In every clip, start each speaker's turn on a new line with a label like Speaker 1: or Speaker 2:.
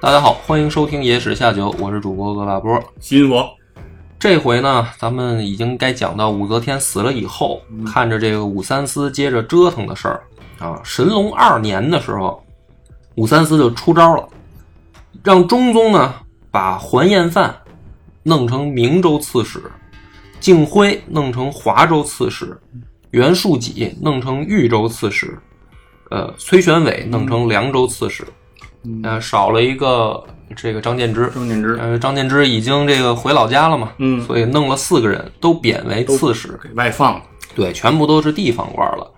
Speaker 1: 大家好，欢迎收听《野史下酒》，我是主播恶霸波。
Speaker 2: 新我
Speaker 1: 这回呢，咱们已经该讲到武则天死了以后，看着这个武三思接着折腾的事儿啊。神龙二年的时候，武三思就出招了，让中宗呢把桓彦范弄成明州刺史，敬辉弄成华州刺史，袁术己弄成豫州刺史，呃，崔玄伟弄成凉州刺史，呃，少了一个这个张建之。
Speaker 2: 张建之
Speaker 1: 呃，张建之已经这个回老家了嘛，
Speaker 2: 嗯
Speaker 1: 所以弄了四个人都贬为刺史，
Speaker 2: 给外放了，
Speaker 1: 对，全部都是地方官了。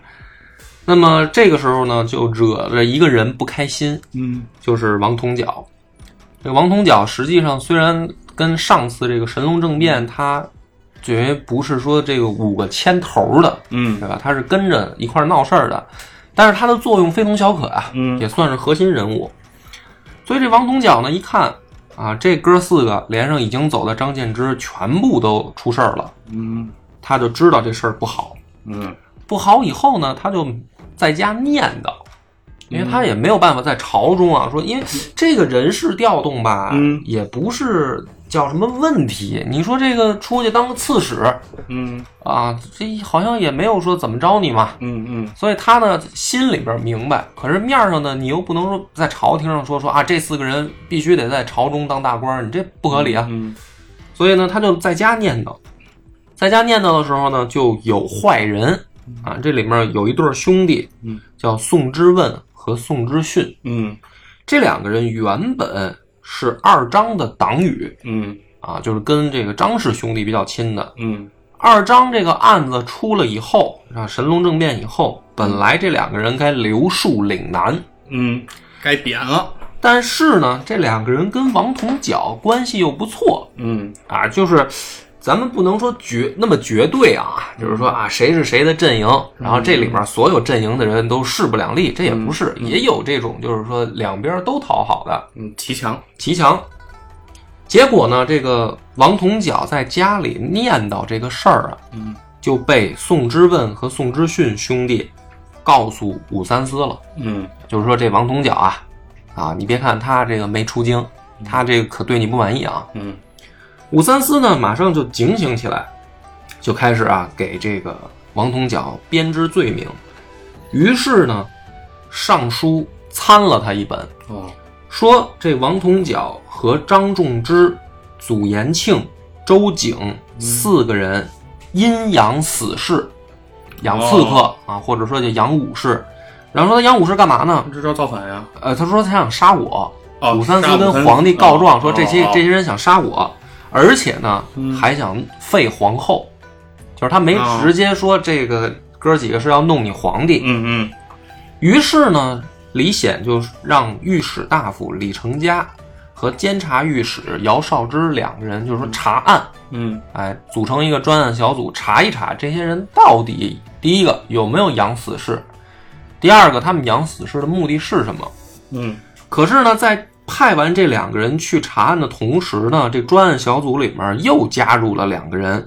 Speaker 1: 那么这个时候呢，就惹了一个人不开心，
Speaker 2: 嗯
Speaker 1: 就是王同角。这个王同角实际上虽然跟上次这个神龙政变，他绝不是说这个五个牵头的，
Speaker 2: 嗯
Speaker 1: 对吧？他是跟着一块儿闹事儿的，但是他的作用非同小可啊，
Speaker 2: 嗯
Speaker 1: 也算是核心人物。所以这王同角呢，一看啊，这哥四个连上已经走的张建之全部都出事儿了，
Speaker 2: 嗯
Speaker 1: 他就知道这事儿不好。
Speaker 2: 嗯
Speaker 1: 不好以后呢，他就在家念叨，因为他也没有办法在朝中啊说，因为这个人事调动吧，
Speaker 2: 嗯
Speaker 1: 也不是叫什么问题。你说这个出去当个刺史
Speaker 2: 嗯
Speaker 1: 啊，这好像也没有说怎么着你嘛，
Speaker 2: 嗯嗯
Speaker 1: 所以他呢心里边明白，可是面上呢，你又不能说在朝廷上说说啊，这四个人必须得在朝中当大官儿，你这不合理啊。
Speaker 2: 嗯
Speaker 1: 所以呢，他就在家念叨，在家念叨的时候呢，就有坏人啊，这里面有一对儿兄弟
Speaker 2: 嗯，
Speaker 1: 叫宋之问和宋之训，
Speaker 2: 嗯
Speaker 1: 这两个人原本是二张的党羽
Speaker 2: 嗯
Speaker 1: 啊，就是跟这个张氏兄弟比较亲的，
Speaker 2: 嗯
Speaker 1: 二张这个案子出了以后，啊，神龙政变以后，本来这两个人该留戍岭南，
Speaker 2: 嗯，该贬了，
Speaker 1: 但是呢，这两个人跟王同角关系又不错
Speaker 2: 嗯
Speaker 1: 啊，就是咱们不能说绝那么绝对啊，就是说啊，谁是谁的阵营，然后这里面所有阵营的人都势不两立，这也不是，也有这种就是说两边都讨好的，
Speaker 2: 嗯，骑墙，
Speaker 1: 齐强。结果呢，这个王同角在家里念叨这个事儿啊，
Speaker 2: 嗯
Speaker 1: 就被宋之问和宋之训兄弟告诉武三思了，
Speaker 2: 嗯
Speaker 1: 就是说这王同角啊，啊，你别看他这个没出京，他这个可对你不满意啊。
Speaker 2: 嗯
Speaker 1: 武三思呢，马上就警醒起来，就开始啊给这个王同角编织罪名，于是呢，上书参了他一本，
Speaker 2: 哦，
Speaker 1: 说这王同角和张仲之、祖延庆、周景四个人阴阳死士，养刺客、
Speaker 2: 哦
Speaker 1: 啊，或者说叫养武士。然后说他养武士干嘛呢
Speaker 2: 他？这招造反呀，
Speaker 1: 呃，他说他想杀我。
Speaker 2: 哦，
Speaker 1: 武三
Speaker 2: 杀
Speaker 1: 思跟
Speaker 2: 武三
Speaker 1: 皇帝告状说
Speaker 2: 哦
Speaker 1: 这些
Speaker 2: 哦
Speaker 1: 这些人想杀我，而且呢
Speaker 2: 嗯
Speaker 1: 还想废皇后，就是他没
Speaker 2: 哦
Speaker 1: 直接说这个哥几个是要弄你皇帝，
Speaker 2: 嗯嗯
Speaker 1: 于是呢，李显就让御史大夫李成家和监察御史姚绍之两个人，就是说查案，
Speaker 2: 嗯
Speaker 1: 哎，组成一个专案小组查一查这些人到底第一个有没有养死士，第二个他们养死士的目的是什么。
Speaker 2: 嗯
Speaker 1: 可是呢，在派完这两个人去查案的同时呢，这专案小组里面又加入了两个人，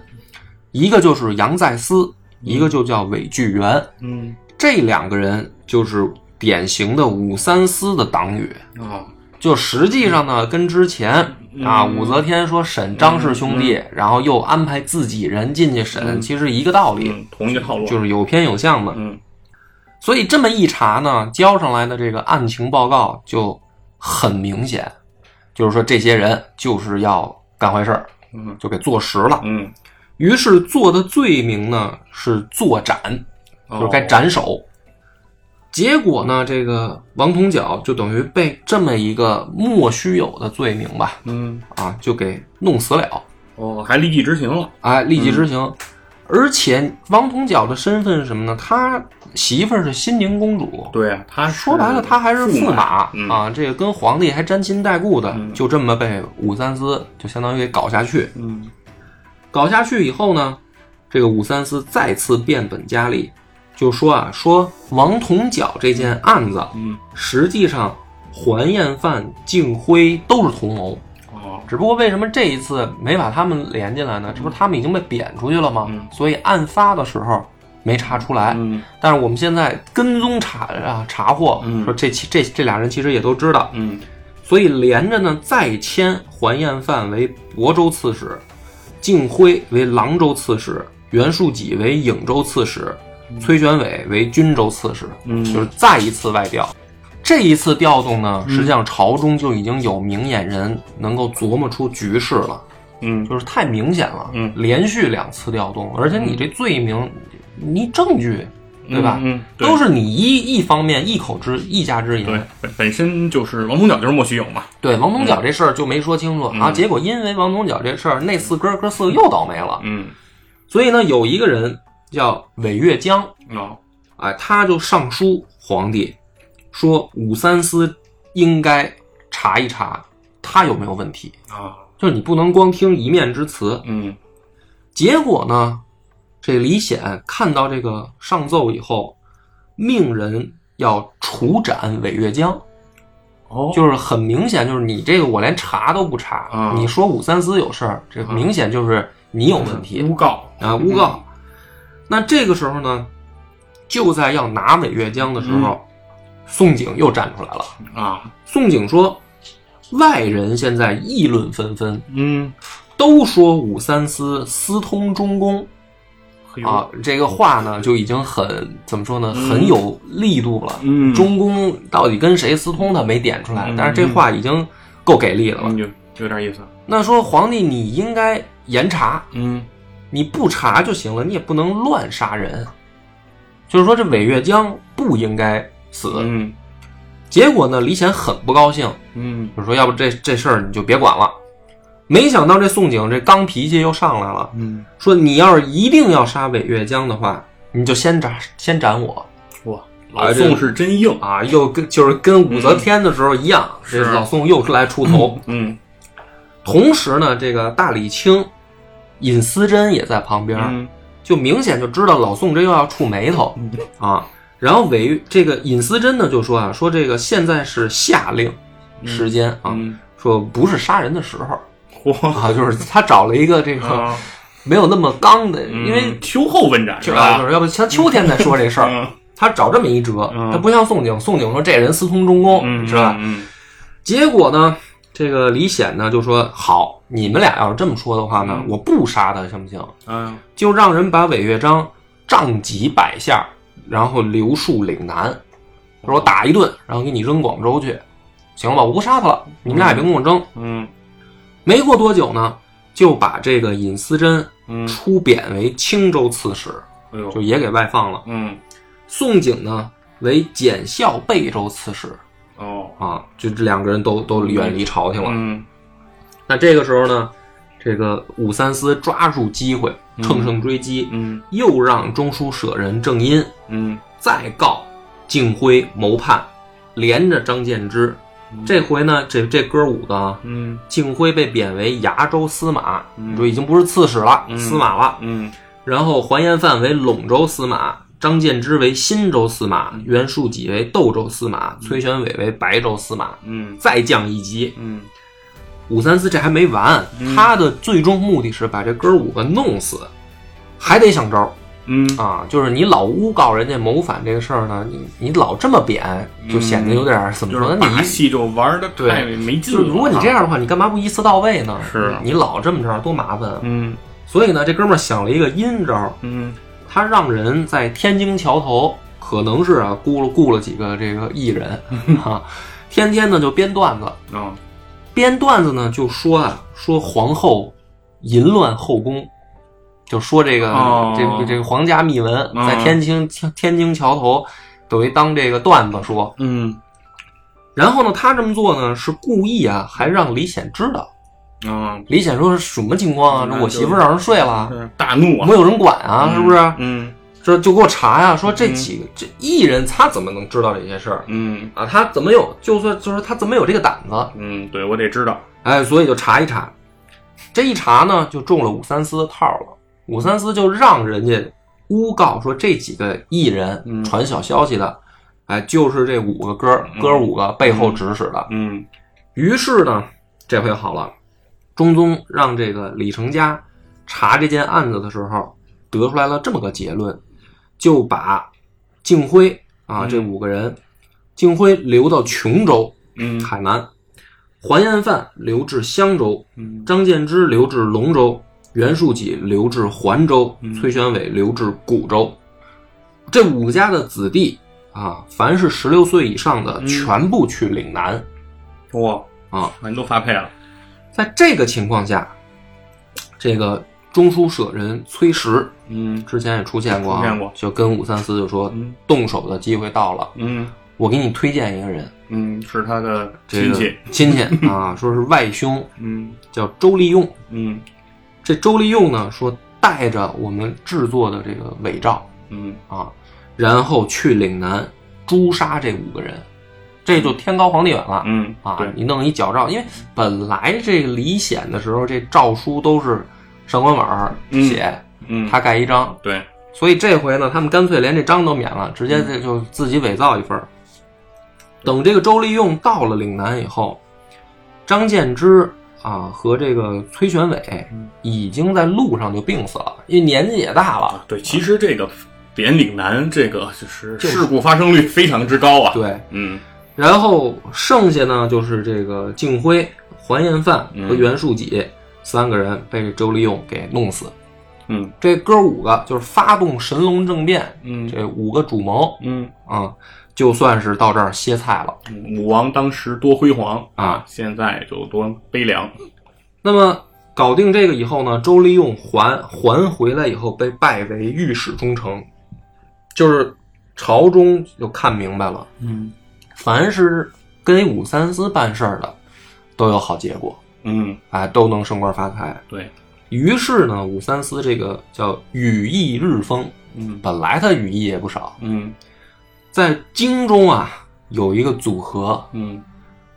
Speaker 1: 一个就是杨再思，一个就叫韦巨源。
Speaker 2: 嗯
Speaker 1: 这两个人就是典型的武三思的党羽。
Speaker 2: 哦，
Speaker 1: 就实际上呢，跟之前啊，武则天说审张氏兄弟，然后又安排自己人进去审，其实一个道理，
Speaker 2: 嗯，同一个套路，
Speaker 1: 就是是有偏有向的。
Speaker 2: 嗯
Speaker 1: 所以这么一查呢，交上来的这个案情报告就很明显，就是说这些人就是要干坏事儿，
Speaker 2: 嗯
Speaker 1: 就给坐实了。
Speaker 2: 嗯，
Speaker 1: 于是做的罪名呢是坐斩，哦就是
Speaker 2: 哦
Speaker 1: 该斩首。结果呢，这个王同角就等于被这么一个莫须有的罪名吧，
Speaker 2: 嗯
Speaker 1: 啊，就给弄死了，
Speaker 2: 哦，还立即执行了，
Speaker 1: 哎，立即执行。而且王同角的身份是什么呢？他媳妇儿是新宁公主，
Speaker 2: 对呀，他是
Speaker 1: 说白了他还是驸马、
Speaker 2: 嗯
Speaker 1: 啊，这个跟皇帝还沾亲带故的，
Speaker 2: 嗯
Speaker 1: 就这么被武三思就相当于给搞下去。
Speaker 2: 嗯
Speaker 1: 搞下去以后呢，这个武三思再次变本加厉，就说啊，说王同角这件案子
Speaker 2: 嗯
Speaker 1: 实际上还彦范、敬辉都是同谋，
Speaker 2: 哦
Speaker 1: 只不过为什么这一次没把他们连进来呢？这不是他们已经被贬出去了吗？
Speaker 2: 嗯
Speaker 1: 所以案发的时候没查出来。
Speaker 2: 嗯
Speaker 1: 但是我们现在跟踪查啊查获，
Speaker 2: 嗯
Speaker 1: 说这其这这俩人其实也都知道，
Speaker 2: 嗯
Speaker 1: 所以连着呢再迁还彦范为亳州刺史，敬辉为廊州刺史，袁术己为颍州刺史，崔玄伟为均州刺史，
Speaker 2: 嗯
Speaker 1: 就是再一次外调。这一次调动呢，实际
Speaker 2: 嗯
Speaker 1: 上朝中就已经有明眼人能够琢磨出局势了，
Speaker 2: 嗯
Speaker 1: 就是太明显了。
Speaker 2: 嗯
Speaker 1: 连续两次调动，而且你这罪名，你证据，对吧？
Speaker 2: 嗯，嗯对
Speaker 1: 都是你一一方面一口之一家之言。
Speaker 2: 对本本身就是王同角就是莫须有嘛，
Speaker 1: 对王同角这事儿就没说清楚、啊，结果因为王同角这事儿，那四哥哥四个又倒霉了。
Speaker 2: 嗯
Speaker 1: 所以呢，有一个人叫韦月江，
Speaker 2: 哦
Speaker 1: 哎，他就上书皇帝，说武三思应该查一查他有没有问题，
Speaker 2: 啊
Speaker 1: 就是你不能光听一面之词。
Speaker 2: 嗯
Speaker 1: 结果呢，这李显看到这个上奏以后，命人要处斩韦月江。
Speaker 2: 哦
Speaker 1: 就是很明显，就是你这个我连查都不查，
Speaker 2: 啊
Speaker 1: 你说武三思有事儿，这明显就是你有问题、
Speaker 2: 诬告
Speaker 1: 啊，诬告。那这个时候呢，就在要拿韦月江的时
Speaker 2: 嗯
Speaker 1: 候，宋璟又站出来了。
Speaker 2: 啊
Speaker 1: 宋璟说，外人现在议论纷纷，
Speaker 2: 嗯
Speaker 1: 都说武三思私通中宫
Speaker 2: 嘿哎呦
Speaker 1: 啊，这个话呢就已经很怎么说呢，
Speaker 2: 嗯
Speaker 1: 很有力度了。
Speaker 2: 嗯
Speaker 1: 中宫到底跟谁私通，他没点出来，
Speaker 2: 嗯
Speaker 1: 但是这话已经够给力的了。
Speaker 2: 嗯有有点意思
Speaker 1: 那说皇帝，你应该严查，
Speaker 2: 嗯
Speaker 1: 你不查就行了，你也不能乱杀人。就是说，这韦月江不应该死。
Speaker 2: 嗯
Speaker 1: 结果呢，李显很不高兴，
Speaker 2: 嗯
Speaker 1: 就说：“要不这这事儿你就别管了。”没想到这宋璟这刚脾气又上来了，
Speaker 2: 嗯
Speaker 1: 说：“你要是一定要杀韦月江的话，你就先斩先斩我
Speaker 2: 哇
Speaker 1: 啊
Speaker 2: 老
Speaker 1: 这
Speaker 2: 宋是真硬
Speaker 1: 啊！”又跟就是跟武则天的时候一样，这
Speaker 2: 嗯是
Speaker 1: 老宋又来出头。
Speaker 2: 嗯
Speaker 1: 同时呢，这个大理卿尹思贞也在旁边，
Speaker 2: 嗯
Speaker 1: 就明显就知道老宋这又要触眉头啊。然后韦这个尹思贞呢就说啊，说这个现在是夏令时间啊，
Speaker 2: 嗯
Speaker 1: 说不是杀人的时候
Speaker 2: 嚯
Speaker 1: 啊，就是他找了一个这个
Speaker 2: 啊
Speaker 1: 没有那么刚的，因为
Speaker 2: 嗯秋后问斩
Speaker 1: 就是啊，就
Speaker 2: 吧
Speaker 1: 是要不像秋天再说这事儿，
Speaker 2: 嗯
Speaker 1: 他找这么一折，
Speaker 2: 嗯
Speaker 1: 他不像宋璟，宋璟说这人私通中宫
Speaker 2: 嗯
Speaker 1: 是吧？
Speaker 2: 嗯
Speaker 1: 结果呢，这个李显呢就说好，你们俩要是这么说的话呢，
Speaker 2: 嗯
Speaker 1: 我不杀他行不行？
Speaker 2: 嗯
Speaker 1: 就让人把韦月章杖几百下，然后留戍岭南，说我打一顿，然后给你扔广州去，行了吧？我不杀他了，你们俩也别跟我争。
Speaker 2: 嗯
Speaker 1: 没过多久呢，就把这个尹思贞
Speaker 2: 嗯
Speaker 1: 出贬为青州刺史，
Speaker 2: 哎呦
Speaker 1: 就也给外放了。
Speaker 2: 嗯
Speaker 1: 宋璟呢为检校贝州刺史
Speaker 2: 哦
Speaker 1: 啊，就这两个人都都远离朝廷了。
Speaker 2: 嗯
Speaker 1: 那这个时候呢，这个武三思抓住机会，乘胜追击，
Speaker 2: 嗯
Speaker 1: 又让中书舍人郑殷
Speaker 2: 嗯
Speaker 1: 再告敬辉谋叛，连着张建之。这回呢，这这哥五个啊，
Speaker 2: 嗯
Speaker 1: 敬辉被贬为崖州司马，
Speaker 2: 嗯
Speaker 1: 就已经不是刺史了，
Speaker 2: 嗯
Speaker 1: 司马了。
Speaker 2: 嗯
Speaker 1: 然后还彦范为陇州司马，张建之为新州司马，
Speaker 2: 嗯
Speaker 1: 袁术己为窦州司马，崔玄伟为白州司马。
Speaker 2: 嗯
Speaker 1: 再降一级，
Speaker 2: 嗯
Speaker 1: 武三思这还没完，
Speaker 2: 嗯
Speaker 1: 他的最终目的是把这哥五个弄死，还得想招儿。
Speaker 2: 嗯
Speaker 1: 啊，就是你老诬告人家谋反这个事儿呢，你你老这么贬，就显得有点儿、怎么
Speaker 2: 嗯就
Speaker 1: 说
Speaker 2: 是
Speaker 1: 呢？
Speaker 2: 把
Speaker 1: 你
Speaker 2: 戏就玩的太没劲
Speaker 1: 就
Speaker 2: 了。
Speaker 1: 是如果你这样，的话，你干嘛不一次到位呢？
Speaker 2: 是啊
Speaker 1: 你老这么着多麻烦啊。
Speaker 2: 嗯
Speaker 1: 所以呢，这哥们儿想了一个阴招儿，
Speaker 2: 嗯
Speaker 1: 他让人在天津桥头，可能是啊雇了雇了几个这个艺人 啊，天天呢就编段子，
Speaker 2: 啊
Speaker 1: 编段子呢就说啊说皇后淫乱后宫。就说这个、
Speaker 2: 哦
Speaker 1: 这个这个皇家秘闻，
Speaker 2: 嗯
Speaker 1: 在天津天天津桥头，等于当这个段子说。
Speaker 2: 嗯
Speaker 1: 然后呢，他这么做呢是故意啊，还让李显知道，
Speaker 2: 啊，
Speaker 1: 李显说什么情况啊？
Speaker 2: 嗯
Speaker 1: 这我媳妇儿让人睡了，
Speaker 2: 是大怒啊
Speaker 1: 没，有人管啊，是不是？
Speaker 2: 嗯
Speaker 1: 这就给我查呀，说这几个这艺人他怎么能知道这些事儿
Speaker 2: 嗯
Speaker 1: 啊？他怎么有就算就是他怎么有这个胆子？
Speaker 2: 嗯，对我得知道，
Speaker 1: 哎，所以就查一查，这一查呢就中了武三思的套了。武三思就让人家诬告说这几个艺人
Speaker 2: 嗯
Speaker 1: 传小消息的，哎，就是这五个哥
Speaker 2: 嗯
Speaker 1: 哥五个背后指使的。
Speaker 2: 嗯
Speaker 1: 于是呢，这回好了，中宗让这个李成家查这件案子的时候，得出来了这么个结论，就把敬辉啊
Speaker 2: 嗯
Speaker 1: 这五个人，敬辉留到琼州
Speaker 2: 嗯
Speaker 1: 海南，还彦范留至襄州，
Speaker 2: 嗯
Speaker 1: 张建之留至龙州，袁术己留至环州，
Speaker 2: 嗯
Speaker 1: 崔玄伟留至古州。这五家的子弟啊，凡是十六岁以上的，
Speaker 2: 嗯
Speaker 1: 全部去岭南。
Speaker 2: 哇
Speaker 1: 啊，
Speaker 2: 你都发配了，
Speaker 1: 在这个情况下，这个中书舍人崔实
Speaker 2: 嗯
Speaker 1: 之前也出现过啊，
Speaker 2: 出现过
Speaker 1: 就跟武三思就说，
Speaker 2: 嗯
Speaker 1: 动手的机会到了，
Speaker 2: 嗯
Speaker 1: 我给你推荐一个人，
Speaker 2: 嗯，是他的
Speaker 1: 这
Speaker 2: 亲
Speaker 1: 个
Speaker 2: 戚，
Speaker 1: 亲戚啊，说是外兄，
Speaker 2: 嗯
Speaker 1: 叫周利用。
Speaker 2: 嗯
Speaker 1: 这周利用呢，说带着我们制作的这个伪诏
Speaker 2: 嗯
Speaker 1: 啊，然后去岭南诛杀这五个人，这就天高皇帝远了。
Speaker 2: 嗯
Speaker 1: 啊，
Speaker 2: 对，
Speaker 1: 你弄一矫诏，因为本来这个李显的时候，这诏书都是上官婉儿写，
Speaker 2: 嗯
Speaker 1: 他盖一章，
Speaker 2: 对，
Speaker 1: 所以这回呢，他们干脆连这章都免了，直
Speaker 2: 嗯
Speaker 1: 接这就自己伪造一份儿。等这个周利用到了岭南以后，张建之啊和这个崔玄伟
Speaker 2: 嗯
Speaker 1: 已经在路上就病死了，因为年纪也大了。
Speaker 2: 啊对，其实这个连岭南这个就是
Speaker 1: 就是
Speaker 2: 事故发生率非常之高啊，，
Speaker 1: 对，
Speaker 2: 嗯
Speaker 1: 然后剩下呢就是这个敬辉、还彦范和
Speaker 2: 嗯
Speaker 1: 袁术己、三个人被这周利用给弄死。
Speaker 2: 嗯
Speaker 1: 这哥五个就是发动神龙政变，
Speaker 2: 嗯
Speaker 1: 这五个主谋
Speaker 2: 嗯，
Speaker 1: 啊、就算是到这儿歇菜了。
Speaker 2: 武王当时多辉煌
Speaker 1: 啊，
Speaker 2: 现在就多悲凉，
Speaker 1: 那么搞定这个以后呢，周利用还还回来以后被拜为御史中丞，就是朝中就看明白了，
Speaker 2: 嗯
Speaker 1: 凡是跟武三思办事儿的，都有好结果，
Speaker 2: 嗯，
Speaker 1: 哎，都能升官发财。
Speaker 2: 对，
Speaker 1: 于是呢，武三思这个叫羽翼日丰，
Speaker 2: 嗯
Speaker 1: 本来他羽翼也不少，
Speaker 2: 嗯
Speaker 1: 在京中啊有一个组合
Speaker 2: 嗯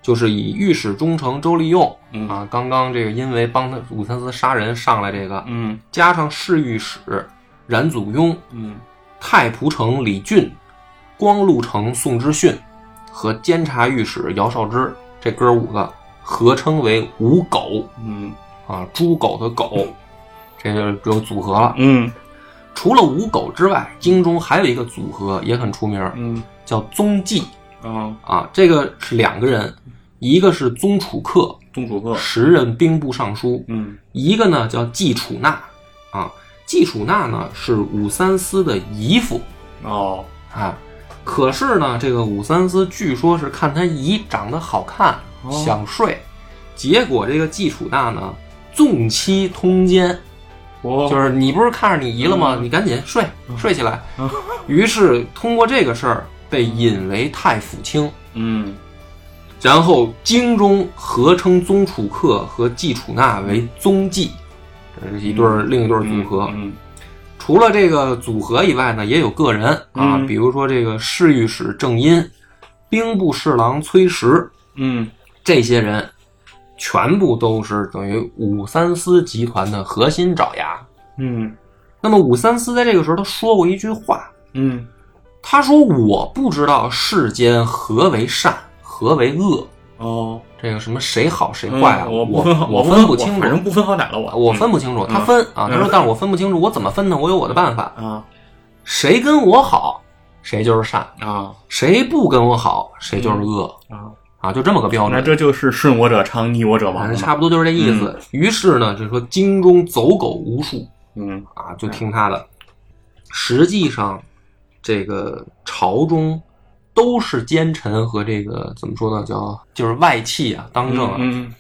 Speaker 1: 就是以御史中丞周利用、
Speaker 2: 嗯
Speaker 1: 啊，刚刚这个因为帮他武三思杀人上来这个，
Speaker 2: 嗯
Speaker 1: 加上侍御史冉祖雍、
Speaker 2: 嗯
Speaker 1: 太仆丞李俊、光禄丞宋之训和监察御史姚绍之这哥五个合称为五狗
Speaker 2: 嗯
Speaker 1: 啊，猪狗的狗，这就有组合了。
Speaker 2: 嗯
Speaker 1: 除了五狗之外，京中还有一个组合也很出名，
Speaker 2: 嗯，
Speaker 1: 叫宗纪
Speaker 2: 啊，
Speaker 1: 啊，这个是两个人，一个是宗楚客，
Speaker 2: 宗楚客，
Speaker 1: 时任兵部尚书，
Speaker 2: 嗯
Speaker 1: 一个呢叫季楚纳啊，季楚纳呢是武三思的姨父
Speaker 2: 哦，
Speaker 1: 啊，可是呢这个武三思据说是看他姨长得好看、
Speaker 2: 哦
Speaker 1: 想睡，结果这个季楚纳呢纵妻通奸，
Speaker 2: 我
Speaker 1: 就是你不是看上你姨了吗？
Speaker 2: 哦嗯
Speaker 1: 你赶紧睡睡起来
Speaker 2: 嗯。
Speaker 1: 于是通过这个事儿被引为太府卿。
Speaker 2: 嗯
Speaker 1: 然后京中合称宗楚客和季楚纳为宗季，这是一对儿、另一对儿组合。
Speaker 2: 嗯
Speaker 1: 除了这个组合以外呢，也有个人啊，
Speaker 2: 嗯
Speaker 1: 比如说这个侍御史郑殷、兵部侍郎崔实，
Speaker 2: 嗯
Speaker 1: 这些人全部都是等于武三思集团的核心爪牙。
Speaker 2: 嗯
Speaker 1: 那么武三思在这个时候他说过一句话，
Speaker 2: 嗯
Speaker 1: 他说：“我不知道世间何为善，何为恶。”
Speaker 2: 哦，
Speaker 1: 这个什么谁好谁坏啊，
Speaker 2: 嗯
Speaker 1: 我
Speaker 2: 我不分好，
Speaker 1: 我
Speaker 2: 分
Speaker 1: 不清楚
Speaker 2: 反，正不分好歹了，我
Speaker 1: 我分不清楚，
Speaker 2: 嗯
Speaker 1: 他分啊，
Speaker 2: 嗯
Speaker 1: 他说，但是我分不清楚，我怎么分呢？我有我的办法，
Speaker 2: 啊
Speaker 1: 谁跟我好，谁就是善，
Speaker 2: 啊
Speaker 1: 谁不跟我好，谁就是恶
Speaker 2: 啊，
Speaker 1: 啊，就这么个标
Speaker 2: 那
Speaker 1: 准，
Speaker 2: 这嗯就是顺我者昌，逆我者
Speaker 1: 反
Speaker 2: 亡
Speaker 1: 正
Speaker 2: 了，
Speaker 1: 差不多就是这意思。于是呢，就说京中走狗无数
Speaker 2: 嗯
Speaker 1: 啊，就听他的。实际上，这个朝中都是奸臣和这个怎么说呢，叫就是外戚啊，当政啊。
Speaker 2: 嗯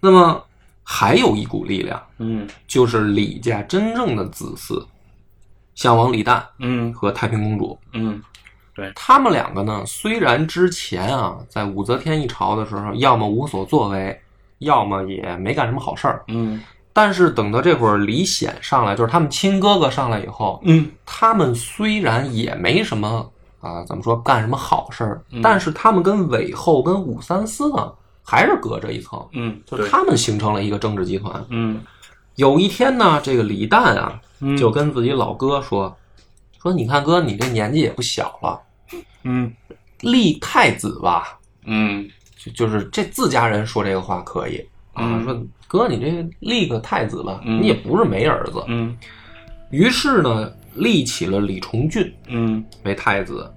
Speaker 1: 那么还有一股力量。
Speaker 2: 嗯
Speaker 1: 就是李家真正的子嗣，项王李旦
Speaker 2: 嗯
Speaker 1: 和太平公主。
Speaker 2: 嗯
Speaker 1: 他们两个呢，虽然之前啊，在武则天一朝的时候，要么无所作为，要么也没干什么好事儿。
Speaker 2: 嗯
Speaker 1: 但是等到这会儿李显上来，就是他们亲哥哥上来以后，
Speaker 2: 嗯
Speaker 1: 他们虽然也没什么啊、怎么说干什么好事儿，
Speaker 2: 嗯
Speaker 1: 但是他们跟韦后跟武三思呢，还是隔着一层，
Speaker 2: 嗯，
Speaker 1: 就
Speaker 2: 对
Speaker 1: 是，他们形成了一个政治集团。
Speaker 2: 嗯
Speaker 1: 有一天呢，这个李旦啊，
Speaker 2: 嗯
Speaker 1: 就跟自己老哥说：“说你看哥，你这年纪也不小了，
Speaker 2: 嗯
Speaker 1: 立太子吧，
Speaker 2: 嗯
Speaker 1: 就就是这自家人说这个话可以啊，
Speaker 2: 嗯
Speaker 1: 说哥你这立个太子吧，
Speaker 2: 嗯
Speaker 1: 你也不是没儿子。
Speaker 2: 嗯
Speaker 1: 于是呢，立起了李重俊
Speaker 2: 嗯
Speaker 1: 为太子。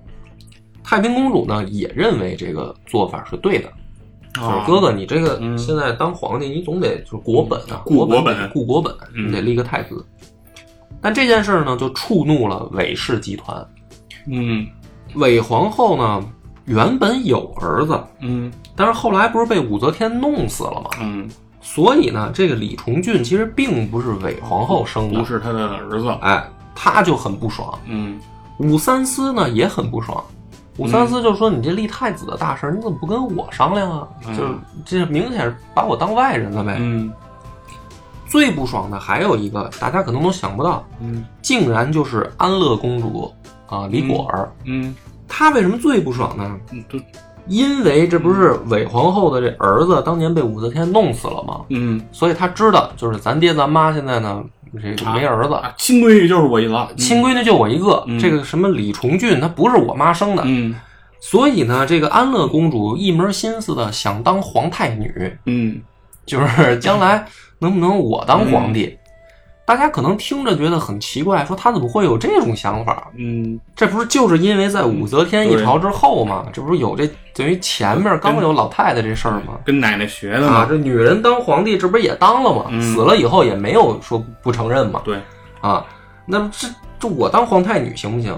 Speaker 1: 太平公主呢也认为这个做法是对的，就是
Speaker 2: 啊
Speaker 1: 哥哥，你这个
Speaker 2: 嗯
Speaker 1: 现在当皇帝，你总得就是国本啊，
Speaker 2: 顾
Speaker 1: 国
Speaker 2: 国本
Speaker 1: 顾国本，
Speaker 2: 嗯
Speaker 1: 你得立个太子。但这件事儿呢，就触怒了韦氏集团。
Speaker 2: 嗯
Speaker 1: 韦皇后呢，原本有儿子，
Speaker 2: 嗯
Speaker 1: 但是后来不是被武则天弄死了吗？
Speaker 2: 嗯，
Speaker 1: 所以呢，这个李重俊其实并不是韦皇后生的
Speaker 2: 不，是他的儿子，
Speaker 1: 哎，他就很不爽。
Speaker 2: 嗯
Speaker 1: 武三思呢也很不爽，武三思就说：“你这立太子的大事儿，你怎么不跟我商量啊？
Speaker 2: 嗯
Speaker 1: 就是这明显是把我当外人了呗。
Speaker 2: 嗯
Speaker 1: 最不爽的还有一个，大家可能都想不到，
Speaker 2: 嗯
Speaker 1: 竟然就是安乐公主啊、李果儿。
Speaker 2: 嗯，
Speaker 1: 她为什么最不爽呢？
Speaker 2: 都
Speaker 1: 因为这不是韦皇后的这儿子当年被武则天弄死了吗？
Speaker 2: 嗯
Speaker 1: 所以她知道，就是咱爹咱妈现在呢，这个没儿子，
Speaker 2: 啊，亲闺女就是我一了，
Speaker 1: 亲闺女就我一个。
Speaker 2: 嗯
Speaker 1: 这个什么李重俊，她不是我妈生的，
Speaker 2: 嗯
Speaker 1: 所以呢，这个安乐公主一门心思的想当皇太女，
Speaker 2: 嗯
Speaker 1: 就是将来能不能我当皇帝？大家可能听着觉得很奇怪，说她怎么会有这种想法？
Speaker 2: 嗯，
Speaker 1: 这不是就是因为在武则天一朝之后吗？这不是有这等于前面刚有老太太这事儿吗？
Speaker 2: 跟奶奶学的
Speaker 1: 啊，
Speaker 2: 嘛，
Speaker 1: 这女人当皇帝，这不是也当了吗？
Speaker 2: 嗯
Speaker 1: 死了以后也没有说不承认嘛。
Speaker 2: 对，
Speaker 1: 啊，那么这这我当皇太女行不行？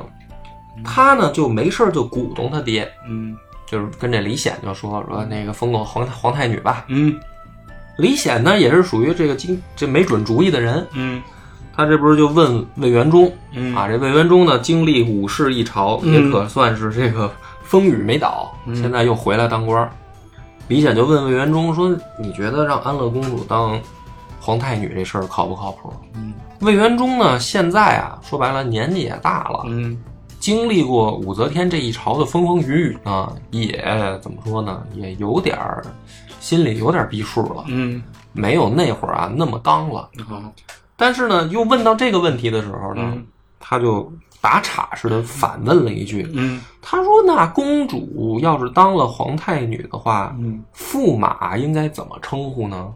Speaker 1: 她呢就没事儿就鼓动她爹，
Speaker 2: 嗯
Speaker 1: 就是跟这李显就说说那个封个皇皇太女吧。
Speaker 2: 嗯
Speaker 1: 李显呢也是属于这个经这没准主意的人，
Speaker 2: 嗯
Speaker 1: 他这不是就问魏元忠
Speaker 2: 嗯
Speaker 1: 啊？这魏元忠呢经历五世一朝，
Speaker 2: 嗯
Speaker 1: 也可算是这个风雨没倒，
Speaker 2: 嗯
Speaker 1: 现在又回来当官儿。李显就问魏元忠说：“你觉得让安乐公主当皇太女这事儿靠不靠谱？”
Speaker 2: 嗯
Speaker 1: 魏元忠呢现在啊说白了年纪也大了，
Speaker 2: 嗯
Speaker 1: 经历过武则天这一朝的风风雨雨呢，也怎么说呢，也有点儿心里有点儿逼数了，
Speaker 2: 嗯，
Speaker 1: 没有那会儿啊那么刚了。
Speaker 2: 好，
Speaker 1: 但是呢，又问到这个问题的时候呢，
Speaker 2: 嗯
Speaker 1: 他就打岔似的反问了一句，
Speaker 2: 嗯
Speaker 1: 他说：“那公主要是当了皇太女的话，
Speaker 2: 嗯，
Speaker 1: 驸马应该怎么称呼呢？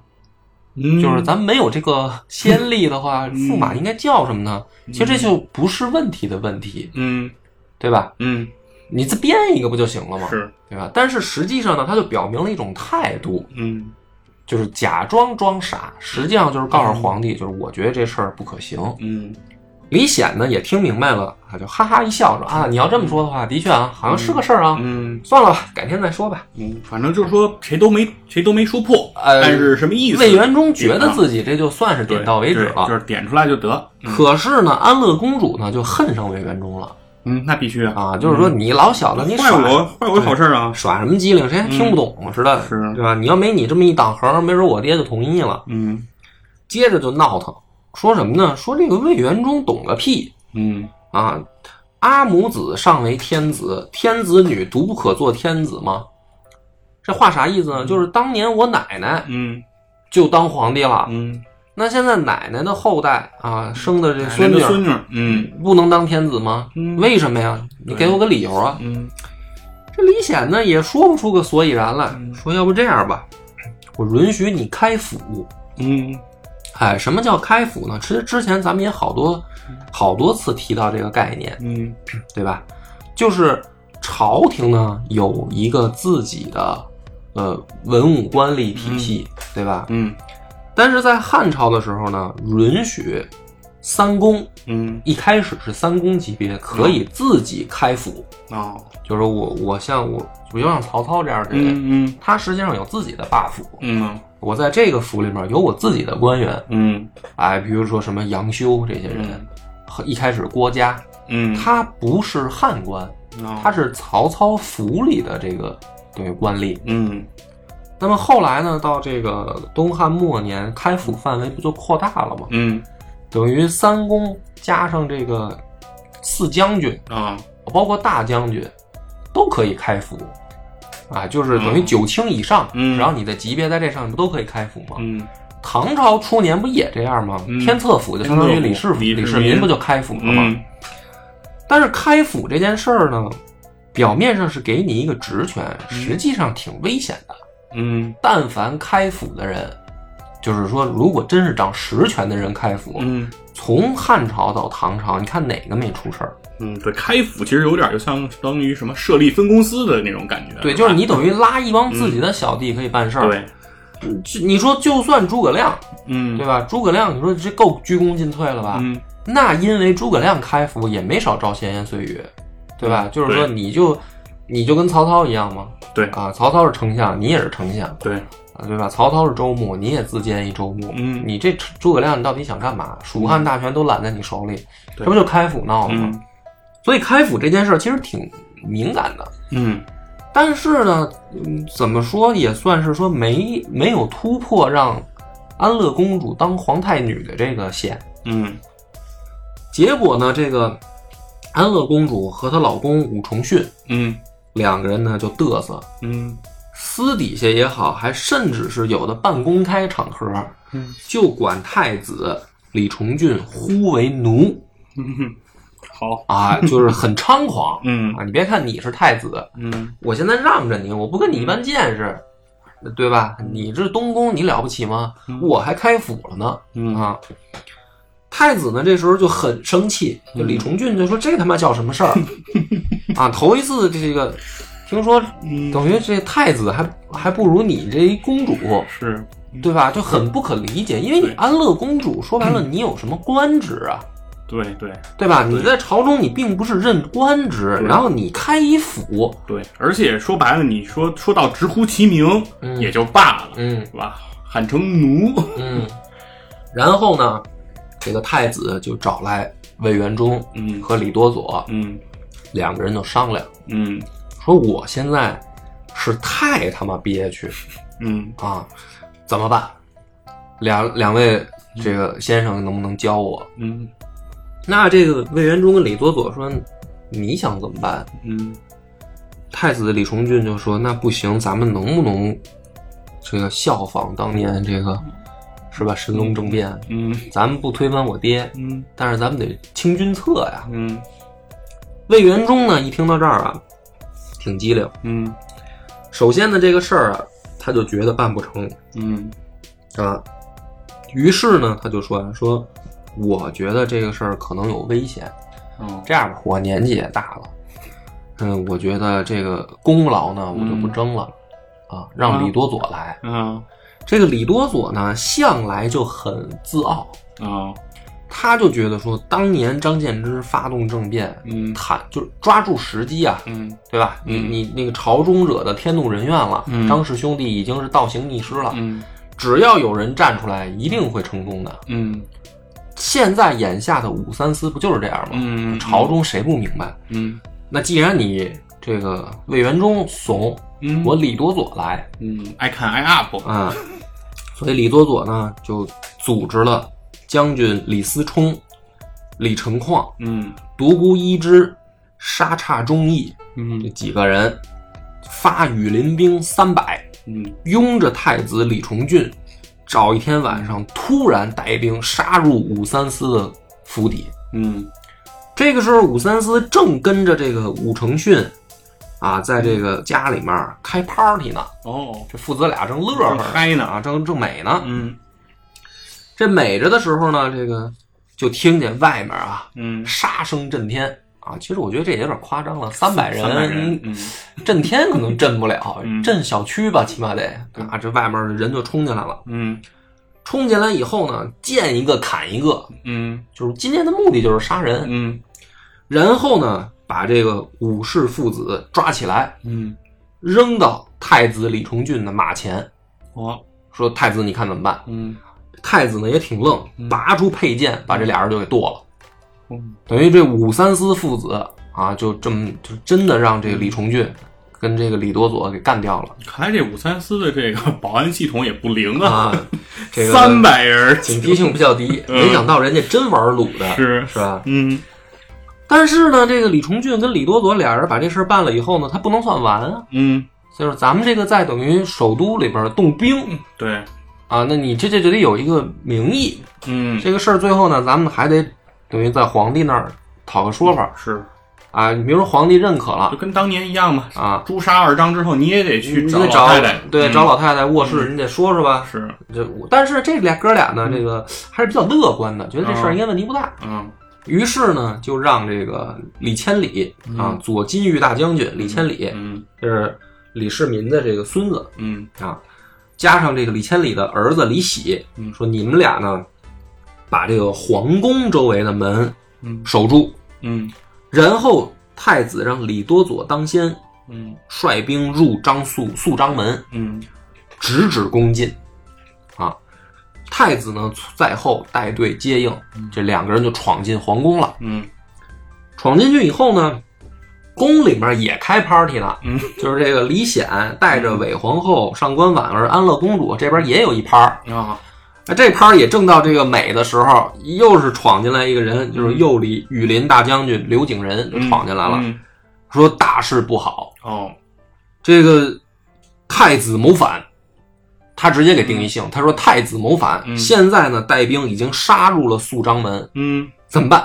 Speaker 2: 嗯
Speaker 1: 就是咱没有这个先例的话，驸马应该叫什么呢？其实这就不是问题的问题，
Speaker 2: 嗯
Speaker 1: 对吧？
Speaker 2: 嗯
Speaker 1: 你自编一个不就行了吗？
Speaker 2: 是
Speaker 1: 对吧？但是实际上呢，他就表明了一种态度，
Speaker 2: 嗯
Speaker 1: 就是假装装傻，实际上就是告诉皇帝，就是我觉得这事儿不可行。
Speaker 2: 嗯
Speaker 1: 李显呢也听明白了，啊，就哈哈一笑说啊，你要这么说的话，的确啊，好像是个事儿啊，
Speaker 2: 嗯
Speaker 1: 算了吧，改天再说吧。
Speaker 2: 嗯，反正就是说谁都没谁都没说破，
Speaker 1: 呃
Speaker 2: 但是什么意思？
Speaker 1: 魏元忠觉得自己这就算是
Speaker 2: 对
Speaker 1: 点到为止啊
Speaker 2: 对啊就
Speaker 1: 了，
Speaker 2: 是点出来就得。嗯
Speaker 1: 可是呢，安乐公主呢就恨上魏元忠了
Speaker 2: 嗯，那必须
Speaker 1: 啊，就是说你老小子你
Speaker 2: 坏
Speaker 1: 耍
Speaker 2: 嗯我坏我好事儿啊！
Speaker 1: 耍什么机灵，谁还听不懂似的，
Speaker 2: 是
Speaker 1: 对吧？你要没你这么一挡横，没准我爹就同意了。
Speaker 2: 嗯
Speaker 1: 接着就闹腾，说什么呢？说这个魏元忠懂个屁
Speaker 2: 嗯
Speaker 1: 啊！阿母子尚为天子，天子女独不可做天子嘛。这话啥意思呢？就是当年我奶奶
Speaker 2: 嗯
Speaker 1: 就当皇帝了，
Speaker 2: 嗯，
Speaker 1: 那现在奶奶的后代啊生的这
Speaker 2: 奶奶
Speaker 1: 孙
Speaker 2: 的
Speaker 1: 女
Speaker 2: 孙女，嗯
Speaker 1: 不能当天子吗？
Speaker 2: 嗯
Speaker 1: 为什么呀？你给我个理由啊！
Speaker 2: 嗯
Speaker 1: 这李显呢也说不出个所以然来，
Speaker 2: 嗯
Speaker 1: 说要不这样吧，我允许你开府，
Speaker 2: 嗯
Speaker 1: 哎，什么叫开府呢？其实之前咱们也好多好多次提到这个概念，
Speaker 2: 嗯
Speaker 1: 对吧？就是朝廷呢有一个自己的呃文武官吏体系，对吧？
Speaker 2: 嗯
Speaker 1: 但是在汉朝的时候呢，允许三公
Speaker 2: 嗯
Speaker 1: 一开始是三公级别可以自己开府，
Speaker 2: 哦
Speaker 1: 就是我我像我我就像曹操这样的人，
Speaker 2: 嗯嗯
Speaker 1: 他实际上有自己的霸府，
Speaker 2: 嗯
Speaker 1: 我在这个府里面有我自己的官员，
Speaker 2: 嗯
Speaker 1: 哎，比如说什么杨修这些人，和一开始郭嘉，
Speaker 2: 嗯，
Speaker 1: 他不是汉官，
Speaker 2: 哦
Speaker 1: 他是曹操府里的这个等于官吏。
Speaker 2: 嗯
Speaker 1: 那么后来呢，到这个东汉末年，开府范围不就扩大了吗？
Speaker 2: 嗯
Speaker 1: 等于三公加上这个四将军，
Speaker 2: 啊，
Speaker 1: 包括大将军，都可以开府。啊，就是等于
Speaker 2: 嗯
Speaker 1: 九卿以上，
Speaker 2: 嗯
Speaker 1: 只要你的级别在这上，不都可以开府吗？
Speaker 2: 嗯
Speaker 1: 唐朝初年不也这样吗？
Speaker 2: 嗯
Speaker 1: 天策府就相当于李世府，李
Speaker 2: 天策府
Speaker 1: 世
Speaker 2: 李世
Speaker 1: 民
Speaker 2: 民
Speaker 1: 不就开府了吗？
Speaker 2: 嗯
Speaker 1: 但是开府这件事儿呢，表面上是给你一个职权，实际上挺危险的。
Speaker 2: 嗯
Speaker 1: 但凡开府的人，就是说，如果真是掌实权的人开府，
Speaker 2: 嗯
Speaker 1: 从汉朝到唐朝，你看哪个没出事儿？
Speaker 2: 嗯，对，开府其实有点就相当于什么设立分公司的那种感觉。
Speaker 1: 对，
Speaker 2: 吧
Speaker 1: 就是你等于拉一帮自己的小弟可以办事儿。
Speaker 2: 嗯对，
Speaker 1: 就你说就算诸葛亮，
Speaker 2: 嗯
Speaker 1: 对吧？诸葛亮，你说这够鞠躬尽瘁了吧？
Speaker 2: 嗯
Speaker 1: 那因为诸葛亮开府也没少招闲言碎语，对吧？就是说
Speaker 2: 嗯对
Speaker 1: 你就你就跟曹操一样嘛，
Speaker 2: 对
Speaker 1: 啊，曹操是丞相，你也是丞相，
Speaker 2: 对，
Speaker 1: 啊，对吧？曹操是州牧，你也自兼一州牧，
Speaker 2: 嗯
Speaker 1: 你这诸葛亮你到底想干嘛？蜀汉大权都揽在你手里，这
Speaker 2: 对
Speaker 1: 不就开府闹了吗？
Speaker 2: 嗯
Speaker 1: 所以开府这件事儿其实挺敏感的，
Speaker 2: 嗯
Speaker 1: 但是呢，嗯，怎么说也算是说没没有突破让安乐公主当皇太女的这个线，
Speaker 2: 嗯
Speaker 1: 结果呢，这个安乐公主和她老公武重训
Speaker 2: 嗯
Speaker 1: 两个人呢就嘚瑟，
Speaker 2: 嗯
Speaker 1: 私底下也好，还甚至是有的半公开场合，
Speaker 2: 嗯
Speaker 1: 就管太子李重俊呼为奴
Speaker 2: 嗯，好，
Speaker 1: 啊，就是很猖狂。
Speaker 2: 嗯
Speaker 1: 啊，你别看你是太子，
Speaker 2: 嗯
Speaker 1: 我现在让着你，我不跟你一般见识，对吧？你这东宫你了不起吗？我还开府了呢。
Speaker 2: 嗯
Speaker 1: 啊。太子呢，这时候就很生气，就
Speaker 2: 嗯
Speaker 1: 李重俊就说：“这他妈叫什么事儿 啊？头一次这个，听说
Speaker 2: 嗯，
Speaker 1: 等于这太子还还不如你这一公主，
Speaker 2: 是，
Speaker 1: 对吧？就很不可理解，因为你
Speaker 2: 嗯对
Speaker 1: 安乐公主说白了，你有什么官职啊？
Speaker 2: 对对
Speaker 1: 对吧？你在朝中你并不是任官职，
Speaker 2: 对
Speaker 1: 然后你开一府，
Speaker 2: 对，而且说白了，你说说到直呼其名
Speaker 1: 嗯
Speaker 2: 也就罢了，
Speaker 1: 嗯
Speaker 2: 是吧？喊成奴，
Speaker 1: 嗯。然后呢，这个太子就找来魏元忠
Speaker 2: 嗯
Speaker 1: 和李多佐
Speaker 2: 嗯
Speaker 1: 两个人就商量。”
Speaker 2: 嗯
Speaker 1: 说我现在是太他妈憋屈
Speaker 2: 嗯
Speaker 1: 啊，怎么办？两两位这个先生能不能教我？
Speaker 2: 嗯
Speaker 1: 那这个魏元忠跟李佐佐说，你想怎么办？
Speaker 2: 嗯
Speaker 1: 太子李重俊就说，那不行，咱们能不能这个效仿当年这个是吧？神龙政变，
Speaker 2: 嗯
Speaker 1: 咱们不推翻我爹，
Speaker 2: 嗯
Speaker 1: 但是咱们得清君侧呀。
Speaker 2: 嗯
Speaker 1: 魏元忠呢，一听到这儿啊，挺机灵。
Speaker 2: 嗯
Speaker 1: 首先呢，这个事儿啊，他就觉得办不成。
Speaker 2: 嗯
Speaker 1: 啊，于是呢，他就说呀说，我觉得这个事儿可能有危险。
Speaker 2: 哦
Speaker 1: 这样吧，我年纪也大了，嗯，我觉得这个功劳呢，我就不争了，啊，让李多佐来。
Speaker 2: 啊
Speaker 1: 这个李多佐呢，向来就很自傲，
Speaker 2: 啊
Speaker 1: 他就觉得说，当年张建之发动政变，
Speaker 2: 嗯
Speaker 1: 他就是抓住时机啊，
Speaker 2: 嗯
Speaker 1: 对吧？你
Speaker 2: 嗯
Speaker 1: 你那个朝中惹得天怒人怨了，
Speaker 2: 嗯
Speaker 1: 张氏兄弟已经是倒行逆施了，
Speaker 2: 嗯
Speaker 1: 只要有人站出来，一定会成功的。
Speaker 2: 嗯
Speaker 1: 现在眼下的五三思不就是这样吗？
Speaker 2: 嗯
Speaker 1: 朝中谁不明白？
Speaker 2: 嗯
Speaker 1: 那既然你这个魏元忠怂，
Speaker 2: 嗯
Speaker 1: 我李多佐来
Speaker 2: 嗯爱看爱 up
Speaker 1: 啊、所以李多佐呢就组织了将军李思冲、李成况、
Speaker 2: 嗯
Speaker 1: 独孤一之、沙刹忠义这
Speaker 2: 嗯
Speaker 1: 几个人发羽林兵三百，
Speaker 2: 嗯
Speaker 1: 拥着太子李重俊，找一天晚上突然带兵杀入武三思的府邸。
Speaker 2: 嗯
Speaker 1: 这个时候，武三思正跟着这个武承训啊，在这个家里面开 party 呢。
Speaker 2: 哦
Speaker 1: 这父子俩正乐呵
Speaker 2: 正
Speaker 1: 呢
Speaker 2: 嗨呢
Speaker 1: 啊，正正美呢。
Speaker 2: 嗯
Speaker 1: 这美着的时候呢，这个就听见外面啊
Speaker 2: 嗯
Speaker 1: 杀声震天啊。其实我觉得这也有点夸张了，三百人
Speaker 2: 三百人嗯
Speaker 1: 震天可能震不了，
Speaker 2: 嗯
Speaker 1: 震小区吧，起码得啊。这外面人就冲进来了，
Speaker 2: 嗯
Speaker 1: 冲进来以后呢，见一个砍一个，
Speaker 2: 嗯
Speaker 1: 就是今天的目的就是杀人。
Speaker 2: 嗯
Speaker 1: 然后呢，把这个武氏父子抓起来，
Speaker 2: 嗯
Speaker 1: 扔到太子李重俊的马前，
Speaker 2: 我
Speaker 1: 说：“太子，你看怎么办
Speaker 2: 嗯？”
Speaker 1: 太子呢也挺愣，拔出佩剑，把这俩人就给剁了。
Speaker 2: 嗯
Speaker 1: 等于这武三思父子啊，就这么就真的让这个李重俊跟这个李多佐给干掉了
Speaker 2: 看来这武三思的这个保安系统也不灵啊，
Speaker 1: 啊。这个
Speaker 2: 三百人
Speaker 1: 警惕性比较低，没想到人家真玩鲁的，
Speaker 2: 是
Speaker 1: 是吧？
Speaker 2: 嗯，
Speaker 1: 但是呢，这个李重俊跟李多佐俩人把这事儿办了以后呢，他不能算完啊。
Speaker 2: 嗯，
Speaker 1: 就是咱们这个在等于首都里边动兵
Speaker 2: 对，
Speaker 1: 啊，那你这这就得有一个名义。
Speaker 2: 嗯，
Speaker 1: 这个事儿最后呢，咱们还得等于在皇帝那儿讨个说法
Speaker 2: 是，
Speaker 1: 啊。你比如说皇帝认可
Speaker 2: 就
Speaker 1: 了
Speaker 2: 跟当年一样嘛。
Speaker 1: 啊，
Speaker 2: 诛杀二张之后，你也得嗯去
Speaker 1: 你
Speaker 2: 找
Speaker 1: 得
Speaker 2: 老
Speaker 1: 找
Speaker 2: 太太，
Speaker 1: 对
Speaker 2: 嗯
Speaker 1: 找老太太卧室，你得说说吧。
Speaker 2: 是，
Speaker 1: 这我但是这俩哥俩呢，这个还是比较乐观的，觉得这事
Speaker 2: 哦
Speaker 1: 儿应该问题不大。
Speaker 2: 嗯
Speaker 1: 于是呢，就让这个李千里啊，左金玉大将军李千里，
Speaker 2: 嗯
Speaker 1: 这是李世民的这个孙子
Speaker 2: 嗯
Speaker 1: 啊，加上这个李千里的儿子李喜，
Speaker 2: 嗯
Speaker 1: 说你们俩呢，把这个皇宫周围的门
Speaker 2: 嗯
Speaker 1: 守住，
Speaker 2: 嗯
Speaker 1: 然后太子让李多佐当先，
Speaker 2: 嗯
Speaker 1: 率兵入张宿宿张门，
Speaker 2: 嗯
Speaker 1: 直指宫进，啊，太子呢在后带队接应，这两个人就闯进皇宫了。
Speaker 2: 嗯
Speaker 1: 闯进去以后呢，宫里面也开 party 了，
Speaker 2: 嗯
Speaker 1: 就是这个李显带着伪皇后、上官婉儿、安乐公主这边也有一趴儿。
Speaker 2: 啊，
Speaker 1: 那这趴儿也正到这个美的时候，又是闯进来一个人，就是右李羽林大将军刘景仁就
Speaker 2: 嗯
Speaker 1: 闯进来了，
Speaker 2: 嗯
Speaker 1: 说大事不好，
Speaker 2: 哦，
Speaker 1: 这个太子谋反。他直接给定义性，他说太子谋反，
Speaker 2: 嗯
Speaker 1: 现在呢带兵已经杀入了肃章门，
Speaker 2: 嗯
Speaker 1: 怎么办？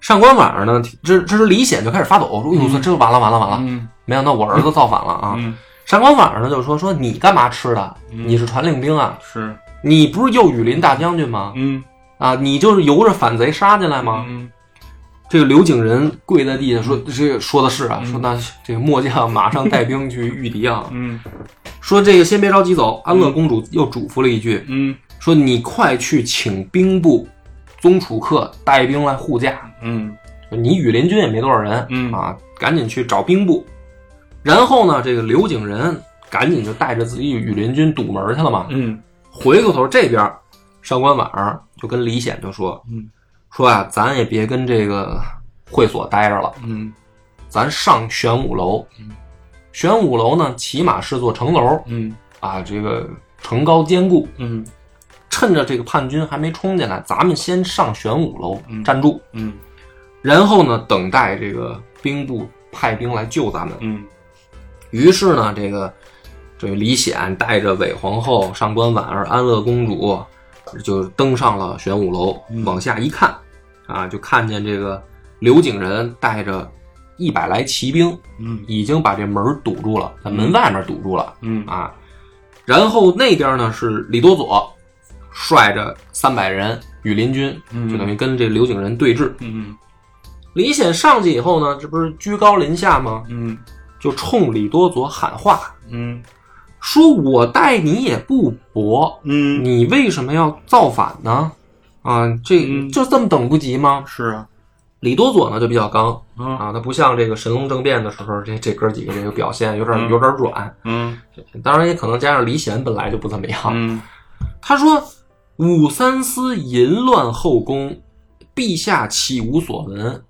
Speaker 1: 上官婉儿呢？这这时李显就开始发抖，说：“哎呦，这这完了完了完了！
Speaker 2: 嗯
Speaker 1: 没想到我儿子造反了啊！”
Speaker 2: 嗯
Speaker 1: 上官婉儿呢就说：“说你干嘛吃的？你是传令兵啊？
Speaker 2: 是，
Speaker 1: 你不是右羽林大将军吗？
Speaker 2: 嗯
Speaker 1: 啊，你就是由着反贼杀进来吗？”
Speaker 2: 嗯
Speaker 1: 这个刘景仁跪在地下说：“这说的是啊，说那这个末 将马上带兵去御敌啊！
Speaker 2: 嗯
Speaker 1: 说这个先别着急走。”安乐公主又嘱咐了一句
Speaker 2: 嗯：“
Speaker 1: 说你快去请兵部宗楚客带兵来护驾。”
Speaker 2: 嗯
Speaker 1: 你羽林军也没多少人，
Speaker 2: 嗯
Speaker 1: 啊，赶紧去找兵部。然后呢，这个刘景仁赶紧就带着自己羽林军堵门去了嘛。
Speaker 2: 嗯
Speaker 1: 回过头这边，上官婉儿就跟李显就说：“
Speaker 2: 嗯
Speaker 1: 说啊，咱也别跟这个会所待着了，
Speaker 2: 嗯
Speaker 1: 咱上玄武楼。玄武楼呢，起码是座城楼
Speaker 2: 嗯
Speaker 1: 啊，这个城高坚固。
Speaker 2: 嗯
Speaker 1: 趁着这个叛军还没冲进来，咱们先上玄武楼站住。
Speaker 2: 嗯
Speaker 1: 然后呢，等待这个兵部派兵来救咱们。
Speaker 2: 嗯
Speaker 1: 于是呢，这个这个李显带着伪皇后、上官婉儿、安乐公主，就登上了玄武楼。往下一看，啊，就看见这个刘景仁带着一百来骑兵，
Speaker 2: 嗯
Speaker 1: 已经把这门儿堵住了，在门外面堵住了
Speaker 2: 嗯
Speaker 1: 啊。然后那边呢是李多佐率着三百人羽林军，就等于跟这刘景仁对峙。
Speaker 2: 嗯
Speaker 1: 李显上去以后呢，这不是居高临下吗？
Speaker 2: 嗯
Speaker 1: 就冲李多佐喊话，
Speaker 2: 嗯
Speaker 1: 说：“我待你也不薄，
Speaker 2: 嗯，
Speaker 1: 你为什么要造反呢？啊，这
Speaker 2: 嗯
Speaker 1: 就这么等不及吗
Speaker 2: 是啊，？”
Speaker 1: 李多佐呢就比较刚
Speaker 2: 啊
Speaker 1: 啊，他不像这个神龙政变的时候，这这哥几个这个表现有点有点软，
Speaker 2: 嗯
Speaker 1: 当然也可能加上李显本来就不怎么样。
Speaker 2: 嗯
Speaker 1: 他说：“武三思淫乱后宫，陛下岂无所闻？”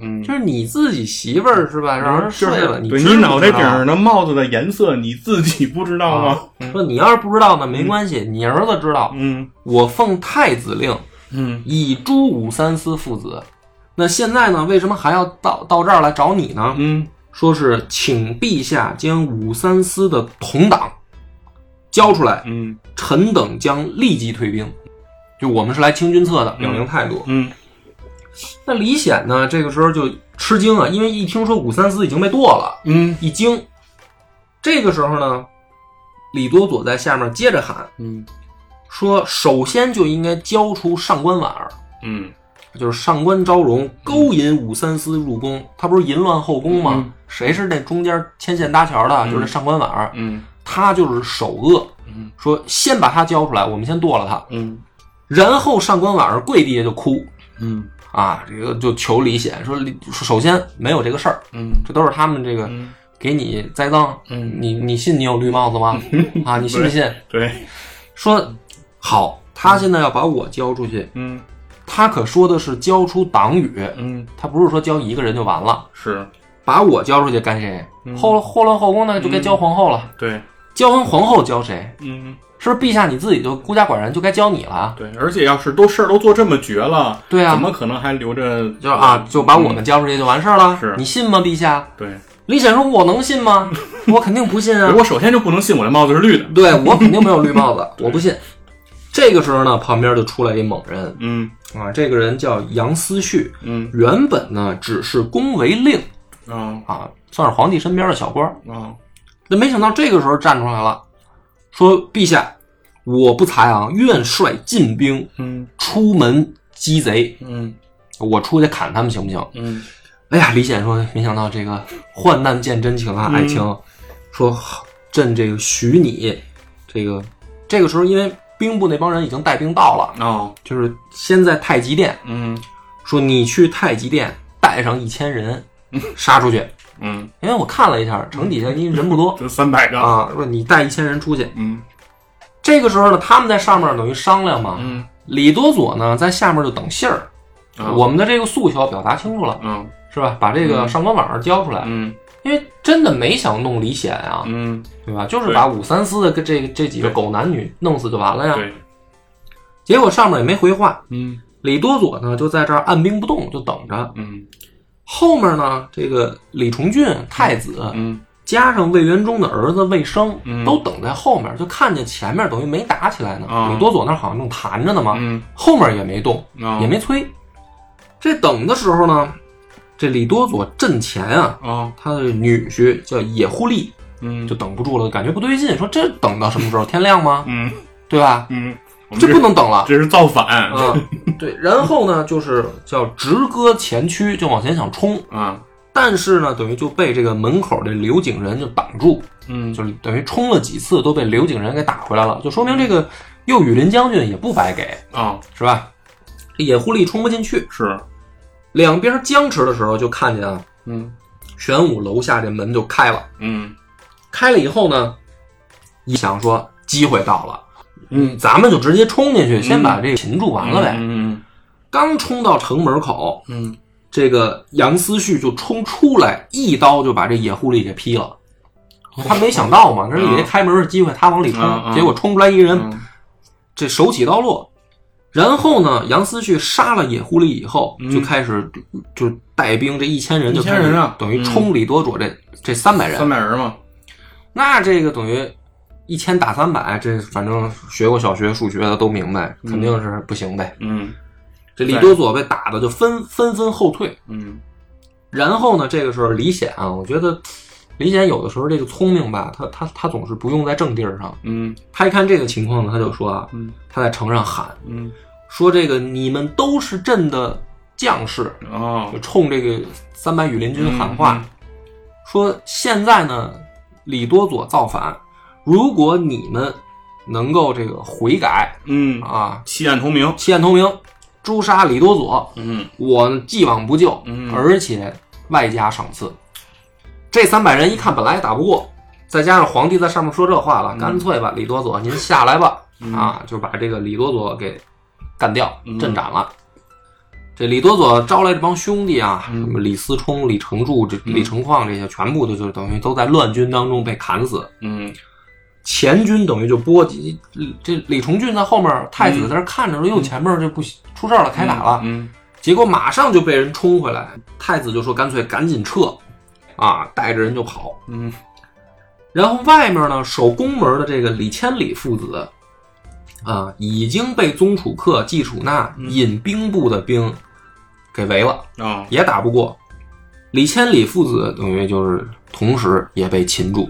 Speaker 2: 嗯，
Speaker 1: 就是你自己媳妇儿是吧？让人睡了，
Speaker 2: 对
Speaker 1: 知不知
Speaker 2: 你
Speaker 1: 道
Speaker 2: 脑袋顶上的帽子的颜色你自己不知道吗？
Speaker 1: 说你要是不知道呢，没关系，你儿子知道。
Speaker 2: 嗯
Speaker 1: 我奉太子令，
Speaker 2: 嗯
Speaker 1: 以诛武三思父子。那现在呢？为什么还要到到这儿来找你呢？
Speaker 2: 嗯
Speaker 1: 说是请陛下将武三思的同党交出来，
Speaker 2: 嗯
Speaker 1: 臣等将立即退兵。就我们是来清君侧的，表明态度。
Speaker 2: 嗯
Speaker 1: 那李显呢？这个时候就吃惊啊，因为一听说武三思已经被剁了，
Speaker 2: 嗯
Speaker 1: 一惊。这个时候呢，李多佐在下面接着喊
Speaker 2: 嗯
Speaker 1: 说：“首先就应该交出上官婉儿，
Speaker 2: 嗯，
Speaker 1: 就是上官昭容勾引武三思入宫，他不是淫乱后宫吗？
Speaker 2: 嗯
Speaker 1: 谁是那中间牵线搭桥的？就是上官婉儿，
Speaker 2: 嗯
Speaker 1: 他就是首恶。
Speaker 2: 嗯
Speaker 1: 说先把他交出来，我们先剁了他，
Speaker 2: 嗯
Speaker 1: 然后上官婉儿跪地下就哭
Speaker 2: 嗯
Speaker 1: 啊，这个就求李显说李：首先没有这个事儿，
Speaker 2: 嗯
Speaker 1: 这都是他们这个。
Speaker 2: 嗯，
Speaker 1: 给你栽赃，
Speaker 2: 嗯
Speaker 1: 你你信你有绿帽子 吗？啊，你信不信？
Speaker 2: 对，
Speaker 1: 说好，他现在要把我交出去，
Speaker 2: 嗯
Speaker 1: 他可说的是交出党羽，
Speaker 2: 嗯
Speaker 1: 他不是说交一个人就完了。
Speaker 2: 是，
Speaker 1: 把我交出去干谁？后后乱后宫那就该交皇后了，
Speaker 2: 对，
Speaker 1: 交完皇后交谁？
Speaker 2: 嗯，
Speaker 1: 是不是陛下你自己就孤家寡人，就该交你了啊？
Speaker 2: 对，而且要是都事儿都做这么绝了，
Speaker 1: 对啊
Speaker 2: 怎么可能还留着？
Speaker 1: 就是啊，就把我们交出去就完事儿了。
Speaker 2: 是
Speaker 1: 你信吗，陛下？
Speaker 2: 对，
Speaker 1: 李显说：“我能信吗？我肯定不信啊！
Speaker 2: 我首先就不能信我这帽子是绿的，
Speaker 1: 对我肯定没有绿帽子，我不信。”这个时候呢，旁边就出来一猛人
Speaker 2: 嗯
Speaker 1: 啊，这个人叫杨思绪，
Speaker 2: 嗯
Speaker 1: 原本呢只是宫闱令
Speaker 2: 啊
Speaker 1: 啊，算是皇帝身边的小官儿。
Speaker 2: 啊，
Speaker 1: 那没想到这个时候站出来了，说：“陛下，我不才啊，愿率禁兵
Speaker 2: 嗯
Speaker 1: 出门击贼，
Speaker 2: 嗯
Speaker 1: 我出去砍他们行不行？”
Speaker 2: 嗯
Speaker 1: 哎呀，李显说，没想到这个患难见真情啊，
Speaker 2: 嗯
Speaker 1: 爱卿、说朕这个许你，这个这个时候因为兵部那帮人已经带兵到了，
Speaker 2: 哦
Speaker 1: 就是先在太极殿
Speaker 2: 嗯
Speaker 1: 说你去太极殿带上一千人杀出去，
Speaker 2: 嗯，
Speaker 1: 因为我看了一下城底下因为人不多
Speaker 2: 这三百个，
Speaker 1: 啊，说你带一千人出去。
Speaker 2: 嗯
Speaker 1: 这个时候呢，他们在上面等于商量嘛，
Speaker 2: 嗯
Speaker 1: 李多佐呢在下面就等信儿，
Speaker 2: 啊
Speaker 1: 我们的这个诉求表达清楚了，
Speaker 2: 嗯
Speaker 1: 是吧？把这个上官婉儿交出来。
Speaker 2: 嗯
Speaker 1: 因为真的没想弄李显啊，
Speaker 2: 嗯，
Speaker 1: 对吧？就是把武三思的跟这这几个狗男女弄死就完了呀。
Speaker 2: 对，
Speaker 1: 结果上面也没回话，
Speaker 2: 嗯
Speaker 1: 李多佐呢就在这儿按兵不动，就等着。
Speaker 2: 嗯
Speaker 1: 后面呢，这个李重俊太子、
Speaker 2: 嗯
Speaker 1: 加上魏元忠的儿子魏生、
Speaker 2: 嗯
Speaker 1: 都等在后面，就看见前面等于没打起来呢。
Speaker 2: 啊
Speaker 1: 李多佐那儿好像正谈着呢嘛，
Speaker 2: 嗯，
Speaker 1: 后面也没动，
Speaker 2: 啊
Speaker 1: 也没催。这等的时候呢，这李多佐阵前啊，
Speaker 2: 啊
Speaker 1: 他的女婿叫野忽利，
Speaker 2: 嗯
Speaker 1: 就等不住了，感觉不对劲，说这等到什么时候？天亮吗？
Speaker 2: 嗯
Speaker 1: 对吧？
Speaker 2: 嗯，我们
Speaker 1: 这
Speaker 2: 这
Speaker 1: 不能等了。
Speaker 2: 这是造反
Speaker 1: 嗯，对。然后呢，就是叫直戈前驱，就往前想冲，
Speaker 2: 啊，
Speaker 1: 但是呢，等于就被这个门口的刘景仁就挡住，
Speaker 2: 嗯
Speaker 1: 就是等于冲了几次都被刘景仁给打回来了，就说明这个右羽林将军也不白给，
Speaker 2: 啊
Speaker 1: 是吧？这野狐狸冲不进去，
Speaker 2: 是，
Speaker 1: 两边僵持的时候，就看见啊，
Speaker 2: 嗯
Speaker 1: 玄武楼下这门就开了，
Speaker 2: 嗯
Speaker 1: 开了以后呢，一想说机会到了。
Speaker 2: 嗯，
Speaker 1: 咱们就直接冲进去，先把这个擒住完了呗。
Speaker 2: 嗯
Speaker 1: 刚冲到城门口，
Speaker 2: 嗯
Speaker 1: 这个杨思绪就冲出来，一刀就把这野狐狸给劈了。他没想到嘛，这以为开门的机会，他往里冲
Speaker 2: 哦嗯嗯，嗯
Speaker 1: 结果冲出来一个人，
Speaker 2: 嗯
Speaker 1: 这手起刀落。然后呢，杨思绪杀了野狐狸以后，
Speaker 2: 嗯
Speaker 1: 就开始就带兵这一千人就开
Speaker 2: 一千
Speaker 1: 始
Speaker 2: 人啊
Speaker 1: 等于冲李多佐这这三百
Speaker 2: 三
Speaker 1: 人，
Speaker 2: 百人嘛，
Speaker 1: 那这个等于。一千打三百，这反正学过小学数学的都明白，肯定是不行呗。
Speaker 2: 嗯
Speaker 1: 这李多佐被打的就纷纷纷后退。
Speaker 2: 嗯
Speaker 1: 然后呢，这个时候李显啊，我觉得李显有的时候这个聪明吧，他他他总是不用在正地儿上。
Speaker 2: 嗯
Speaker 1: 他一看这个情况呢，他就说啊，
Speaker 2: 嗯
Speaker 1: 他在城上喊
Speaker 2: 嗯，
Speaker 1: 说：“这个你们都是朕的将士。”
Speaker 2: 哦
Speaker 1: 就冲这个三百羽林军喊话
Speaker 2: 嗯，
Speaker 1: 说：“现在呢，李多佐造反，如果你们能够这个悔改
Speaker 2: 嗯，
Speaker 1: 啊，
Speaker 2: 弃暗投明，
Speaker 1: 弃暗投明，诛杀李多佐，
Speaker 2: 嗯
Speaker 1: 我既往不咎，
Speaker 2: 嗯
Speaker 1: 而且外加赏赐。这三百人一看本来也打不过，再加上皇帝在上面说这话了，
Speaker 2: 嗯
Speaker 1: 干脆吧，李多佐您下来吧，啊，就把这个李多佐给干掉，
Speaker 2: 嗯
Speaker 1: 镇斩了。这李多佐招来这帮兄弟啊，
Speaker 2: 嗯
Speaker 1: 什么李思冲、李成柱、这李成矿这些，全部都就等于都在乱军当中被砍死。
Speaker 2: 嗯
Speaker 1: 前军等于就波及这李崇俊在后面，太子在这看着说：“哟，前面这不行，出事儿了，开打了。
Speaker 2: 嗯
Speaker 1: 结果马上就被人冲回来，太子就说干脆赶紧撤，啊，带着人就跑。
Speaker 2: 嗯
Speaker 1: 然后外面呢，守宫门的这个李千里父子，啊，已经被宗楚客、季楚纳
Speaker 2: 嗯
Speaker 1: 引兵部的兵给围了，
Speaker 2: 啊
Speaker 1: 也打不过。李千里父子等于就是同时也被擒住。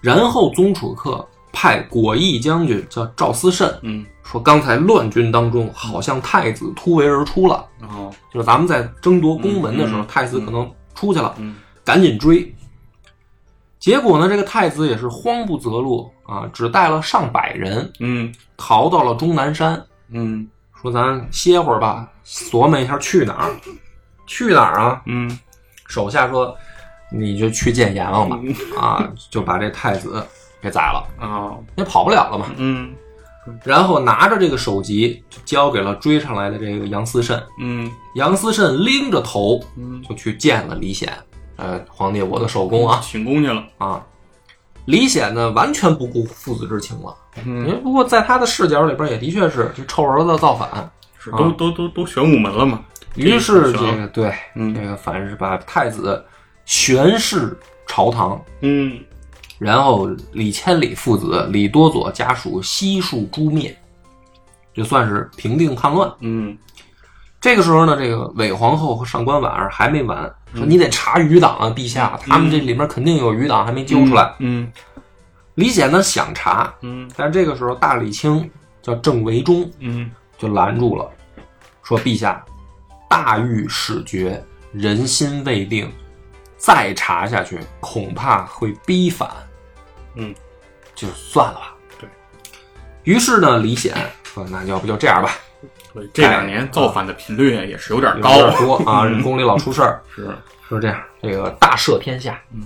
Speaker 1: 然后宗楚客派果毅将军叫赵思慎
Speaker 2: 嗯
Speaker 1: 说，刚才乱军当中好像太子突围而出了。
Speaker 2: 哦
Speaker 1: 就是咱们在争夺宫门的时候，
Speaker 2: 嗯嗯
Speaker 1: 太子可能出去了，
Speaker 2: 嗯
Speaker 1: 赶紧追。结果呢，这个太子也是慌不择路啊，只带了上百人
Speaker 2: 嗯
Speaker 1: 逃到了终南山，
Speaker 2: 嗯
Speaker 1: 说咱歇会儿吧，琢磨一下去哪儿，去哪儿啊？
Speaker 2: 嗯
Speaker 1: 手下说，你就去见阎王吧，
Speaker 2: 嗯
Speaker 1: 啊，就把这太子给宰了，
Speaker 2: 啊
Speaker 1: 也跑不了了嘛。
Speaker 2: 嗯
Speaker 1: 然后拿着这个首级就交给了追上来的这个杨思慎，
Speaker 2: 嗯
Speaker 1: 杨思慎拎着头
Speaker 2: 嗯
Speaker 1: 就去见了李显，呃，皇帝我的手工啊
Speaker 2: 请功去了，
Speaker 1: 啊！李显呢，完全不顾父子之情了。
Speaker 2: 嗯，
Speaker 1: 也不过在他的视角里边，也的确是这臭儿子造反，
Speaker 2: 是都都都都玄武门了嘛，
Speaker 1: 于是这
Speaker 2: 这
Speaker 1: 个对
Speaker 2: 嗯
Speaker 1: 这个反是把太子悬视朝堂，
Speaker 2: 嗯，
Speaker 1: 然后李千里父子、李多佐家属悉数诛灭，就算是平定叛乱。
Speaker 2: 嗯，
Speaker 1: 这个时候呢，这个韦皇后和上官婉儿还没完，
Speaker 2: 嗯
Speaker 1: 说你得查余党啊，陛下，他们这里面肯定有余党还没揪出来。
Speaker 2: 嗯，
Speaker 1: 李显呢想查，
Speaker 2: 嗯
Speaker 1: 但这个时候大理卿叫郑维忠
Speaker 2: 嗯
Speaker 1: 就拦住了，说陛下，大狱始决，人心未定，再查下去恐怕会逼反。
Speaker 2: 嗯，
Speaker 1: 就算了吧。
Speaker 2: 对。
Speaker 1: 于是呢，李显说：“那要不就这样吧，
Speaker 2: 嗯，这两年造反的频率也是有点
Speaker 1: 有
Speaker 2: 高
Speaker 1: 点，多 啊，宫里老出事儿。”
Speaker 2: 是，
Speaker 1: 说这样，这个大赦天下，
Speaker 2: 嗯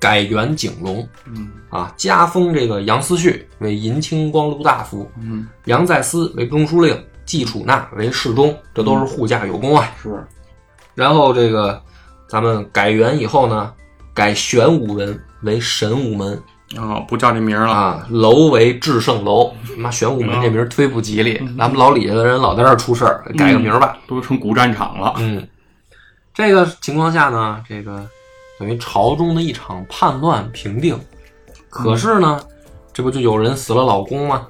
Speaker 1: 改元景龙
Speaker 2: 嗯
Speaker 1: 啊，加封这个杨思绪为银青光禄大夫，
Speaker 2: 嗯，
Speaker 1: 杨再思为中书令，季楚纳为侍中，这
Speaker 2: 嗯
Speaker 1: 都是护驾有功啊。
Speaker 2: 是，
Speaker 1: 然后这个咱们改元以后呢，改玄武门为神武门
Speaker 2: 啊，啊不叫这名儿了，
Speaker 1: 啊，楼为至圣楼。妈，玄武门这名儿忒不吉利，
Speaker 2: 嗯
Speaker 1: 咱们老李家的人老在这儿出事儿，改个名儿吧。
Speaker 2: 都成古战场了，
Speaker 1: 嗯，这个情况下呢，这个等于朝中的一场叛乱平定。可是
Speaker 2: 嗯
Speaker 1: 呢，这不就有人死了老公吗？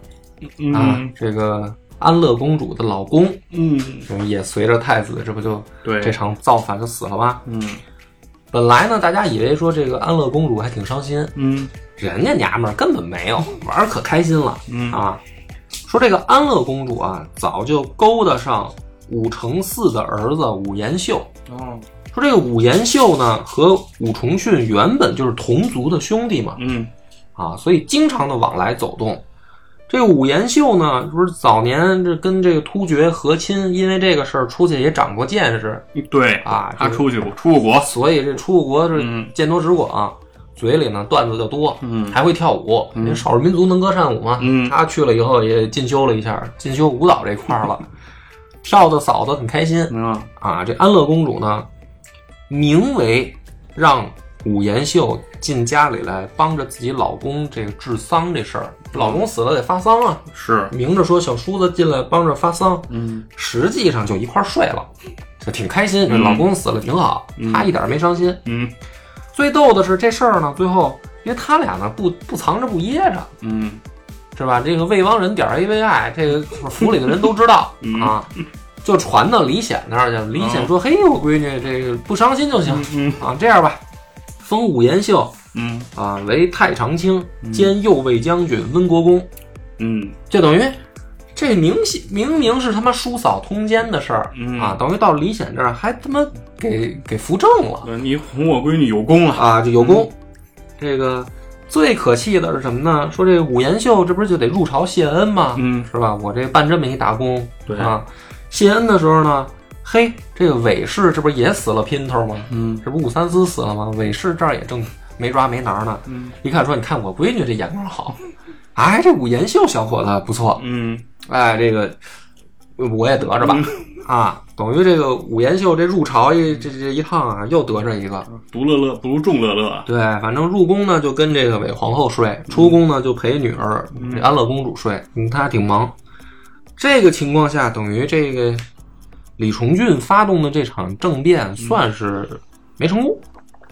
Speaker 1: 啊，
Speaker 2: 嗯
Speaker 1: 这个安乐公主的老公
Speaker 2: 嗯，
Speaker 1: 嗯也随着太子，这不就
Speaker 2: 对，
Speaker 1: 这场造反就死了吗？
Speaker 2: 嗯
Speaker 1: 本来呢，大家以为说这个安乐公主还挺伤心，
Speaker 2: 嗯
Speaker 1: 人家娘们儿根本没有玩儿可开心了
Speaker 2: 嗯
Speaker 1: 啊。说这个安乐公主啊，早就勾搭上武承嗣的儿子武延秀，
Speaker 2: 哦，
Speaker 1: 说这个武延秀呢和武重训原本就是同族的兄弟嘛，
Speaker 2: 嗯
Speaker 1: 啊，所以经常的往来走动。这个武延秀呢，不是早年这跟这个突厥和亲，因为这个事儿出去也长过见识，
Speaker 2: 对
Speaker 1: 啊
Speaker 2: 他
Speaker 1: 这
Speaker 2: 出去过，出过国，
Speaker 1: 所以这出国是
Speaker 2: 嗯
Speaker 1: 见多识广，啊嘴里呢段子就多，
Speaker 2: 嗯
Speaker 1: 还会跳舞。因为少数民族能歌善舞嘛，
Speaker 2: 嗯
Speaker 1: 他去了以后也进修了一下，进修舞蹈这块 儿了，跳的嫂子很开心。
Speaker 2: 啊，
Speaker 1: 啊，这安乐公主呢，名为让武延秀进家里来帮着自己老公这个治丧这事儿，
Speaker 2: 嗯
Speaker 1: 老公死了得发丧啊，
Speaker 2: 是，
Speaker 1: 明着说小叔子进来帮着发丧，
Speaker 2: 嗯
Speaker 1: 实际上就一块儿睡了，就挺开心，这
Speaker 2: 嗯
Speaker 1: 老公死了挺好，她一点儿没伤心。
Speaker 2: 嗯
Speaker 1: 最逗的是这事儿呢，最后因为他俩呢不不藏着不掖着，
Speaker 2: 嗯
Speaker 1: 是吧？这个未亡人点 A V I，这个府里的人都知道、
Speaker 2: 嗯
Speaker 1: 啊，就传到李显那儿去了。李显说：“嘿，我闺女这个不伤心就行、
Speaker 2: 嗯
Speaker 1: 啊，这样吧，封武延秀
Speaker 2: 嗯
Speaker 1: 啊为太常卿，兼右卫将军、温国公，
Speaker 2: 嗯
Speaker 1: 就等于。”这明显明明是他妈叔嫂通奸的事儿、
Speaker 2: 嗯
Speaker 1: 啊，等于到李显这儿还他妈给给扶正了
Speaker 2: 嗯，你哄我闺女有功了，
Speaker 1: 啊，就有功。
Speaker 2: 嗯
Speaker 1: 这个最可气的是什么呢？说这个武延秀这不是就得入朝谢恩吗？
Speaker 2: 嗯，
Speaker 1: 是吧？我这办这么一打工，
Speaker 2: 对
Speaker 1: 啊，谢恩的时候呢，嘿，这个韦氏这不是也死了姘头吗？
Speaker 2: 嗯
Speaker 1: 这不武三思死了吗？韦氏这儿也正没抓没拿呢。
Speaker 2: 嗯
Speaker 1: 一看说，你看我闺女这眼光好，哎，这武延秀小伙子不错，
Speaker 2: 嗯
Speaker 1: 哎，这个我也得着吧，啊，等于这个武延秀这入朝一这这一趟啊，又得着一个。
Speaker 2: 独乐乐不如众乐乐啊，
Speaker 1: 对，反正入宫呢就跟这个韦皇后睡，出宫呢就陪女儿这安乐公主睡，嗯，她挺忙。这个情况下，等于这个李重俊发动的这场政变算是没成功，
Speaker 2: 嗯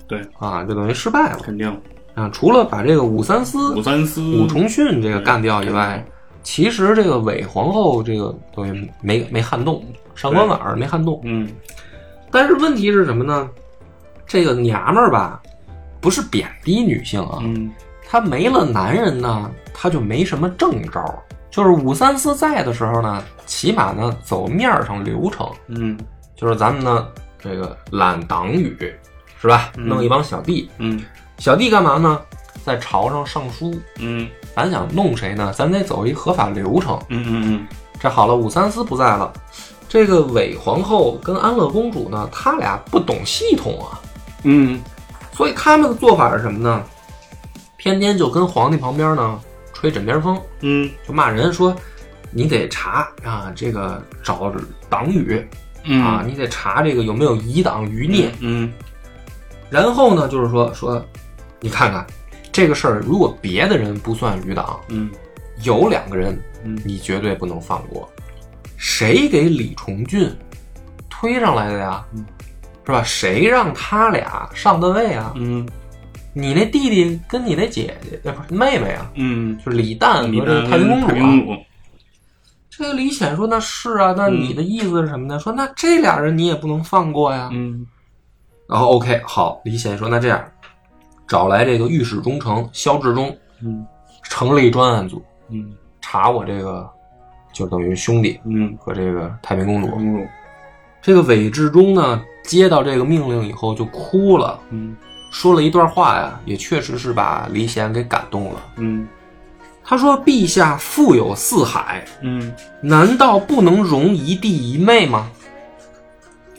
Speaker 2: 对
Speaker 1: 啊，就等于失败了
Speaker 2: 肯定
Speaker 1: 啊。除了把这个武三思、
Speaker 2: 武三嗯思，
Speaker 1: 武重训这个干掉以外，其实这个韦皇后这个等于没没撼动，上官婉儿没撼动。
Speaker 2: 嗯
Speaker 1: 但是问题是什么呢？这个娘们儿吧，不是贬低女性啊，
Speaker 2: 嗯
Speaker 1: 她没了男人呢，她就没什么正招儿。就是武三思在的时候呢，起码呢走面儿上流程，
Speaker 2: 嗯
Speaker 1: 就是咱们呢这个揽党羽，是吧？弄一帮小弟，
Speaker 2: 嗯
Speaker 1: 小弟干嘛呢？在朝上上书，
Speaker 2: 嗯
Speaker 1: 咱想弄谁呢？咱得走一合法流程。
Speaker 2: 嗯嗯
Speaker 1: 这好了，武三思不在了，这个韦皇后跟安乐公主呢，她俩不懂系统啊。
Speaker 2: 嗯
Speaker 1: 所以他们的做法是什么呢？天天就跟皇帝旁边呢吹枕边风，
Speaker 2: 嗯
Speaker 1: 就骂人说你得查啊，这个找党羽
Speaker 2: 嗯
Speaker 1: 啊，你得查这个有没有遗党余孽。
Speaker 2: 嗯
Speaker 1: 然后呢，就是说说，你看看这个事儿，如果别的人不算余党，
Speaker 2: 嗯
Speaker 1: 有两个人
Speaker 2: 嗯
Speaker 1: 你绝对不能放过，谁给李崇俊推上来的呀
Speaker 2: 嗯？
Speaker 1: 是吧？谁让他俩上的位啊？
Speaker 2: 嗯
Speaker 1: 你那弟弟跟你那姐姐，呃，不是妹妹啊，
Speaker 2: 嗯，
Speaker 1: 就是李诞和
Speaker 2: 你
Speaker 1: 这
Speaker 2: 的
Speaker 1: 个太平公主
Speaker 2: 太
Speaker 1: 啊
Speaker 2: 平。公主，
Speaker 1: 这个李显说：“那是啊，那
Speaker 2: 嗯
Speaker 1: 你的意思是什么呢？说那这俩人你也不能放过呀。
Speaker 2: 嗯
Speaker 1: 然后 OK，好，李显说：“那这样，找来这个御史中丞萧志忠，
Speaker 2: 嗯
Speaker 1: 成立专案组，
Speaker 2: 嗯
Speaker 1: 查我这个，就等于兄弟
Speaker 2: 嗯，
Speaker 1: 和这个太平公
Speaker 2: 太
Speaker 1: 主。
Speaker 2: 平公主，
Speaker 1: 这个韦志忠呢，接到这个命令以后就哭了，
Speaker 2: 嗯
Speaker 1: 说了一段话呀，也确实是把李显给感动了。
Speaker 2: 嗯
Speaker 1: 他说：‘陛下富有四海，
Speaker 2: 嗯
Speaker 1: 难道不能容一弟一妹吗？’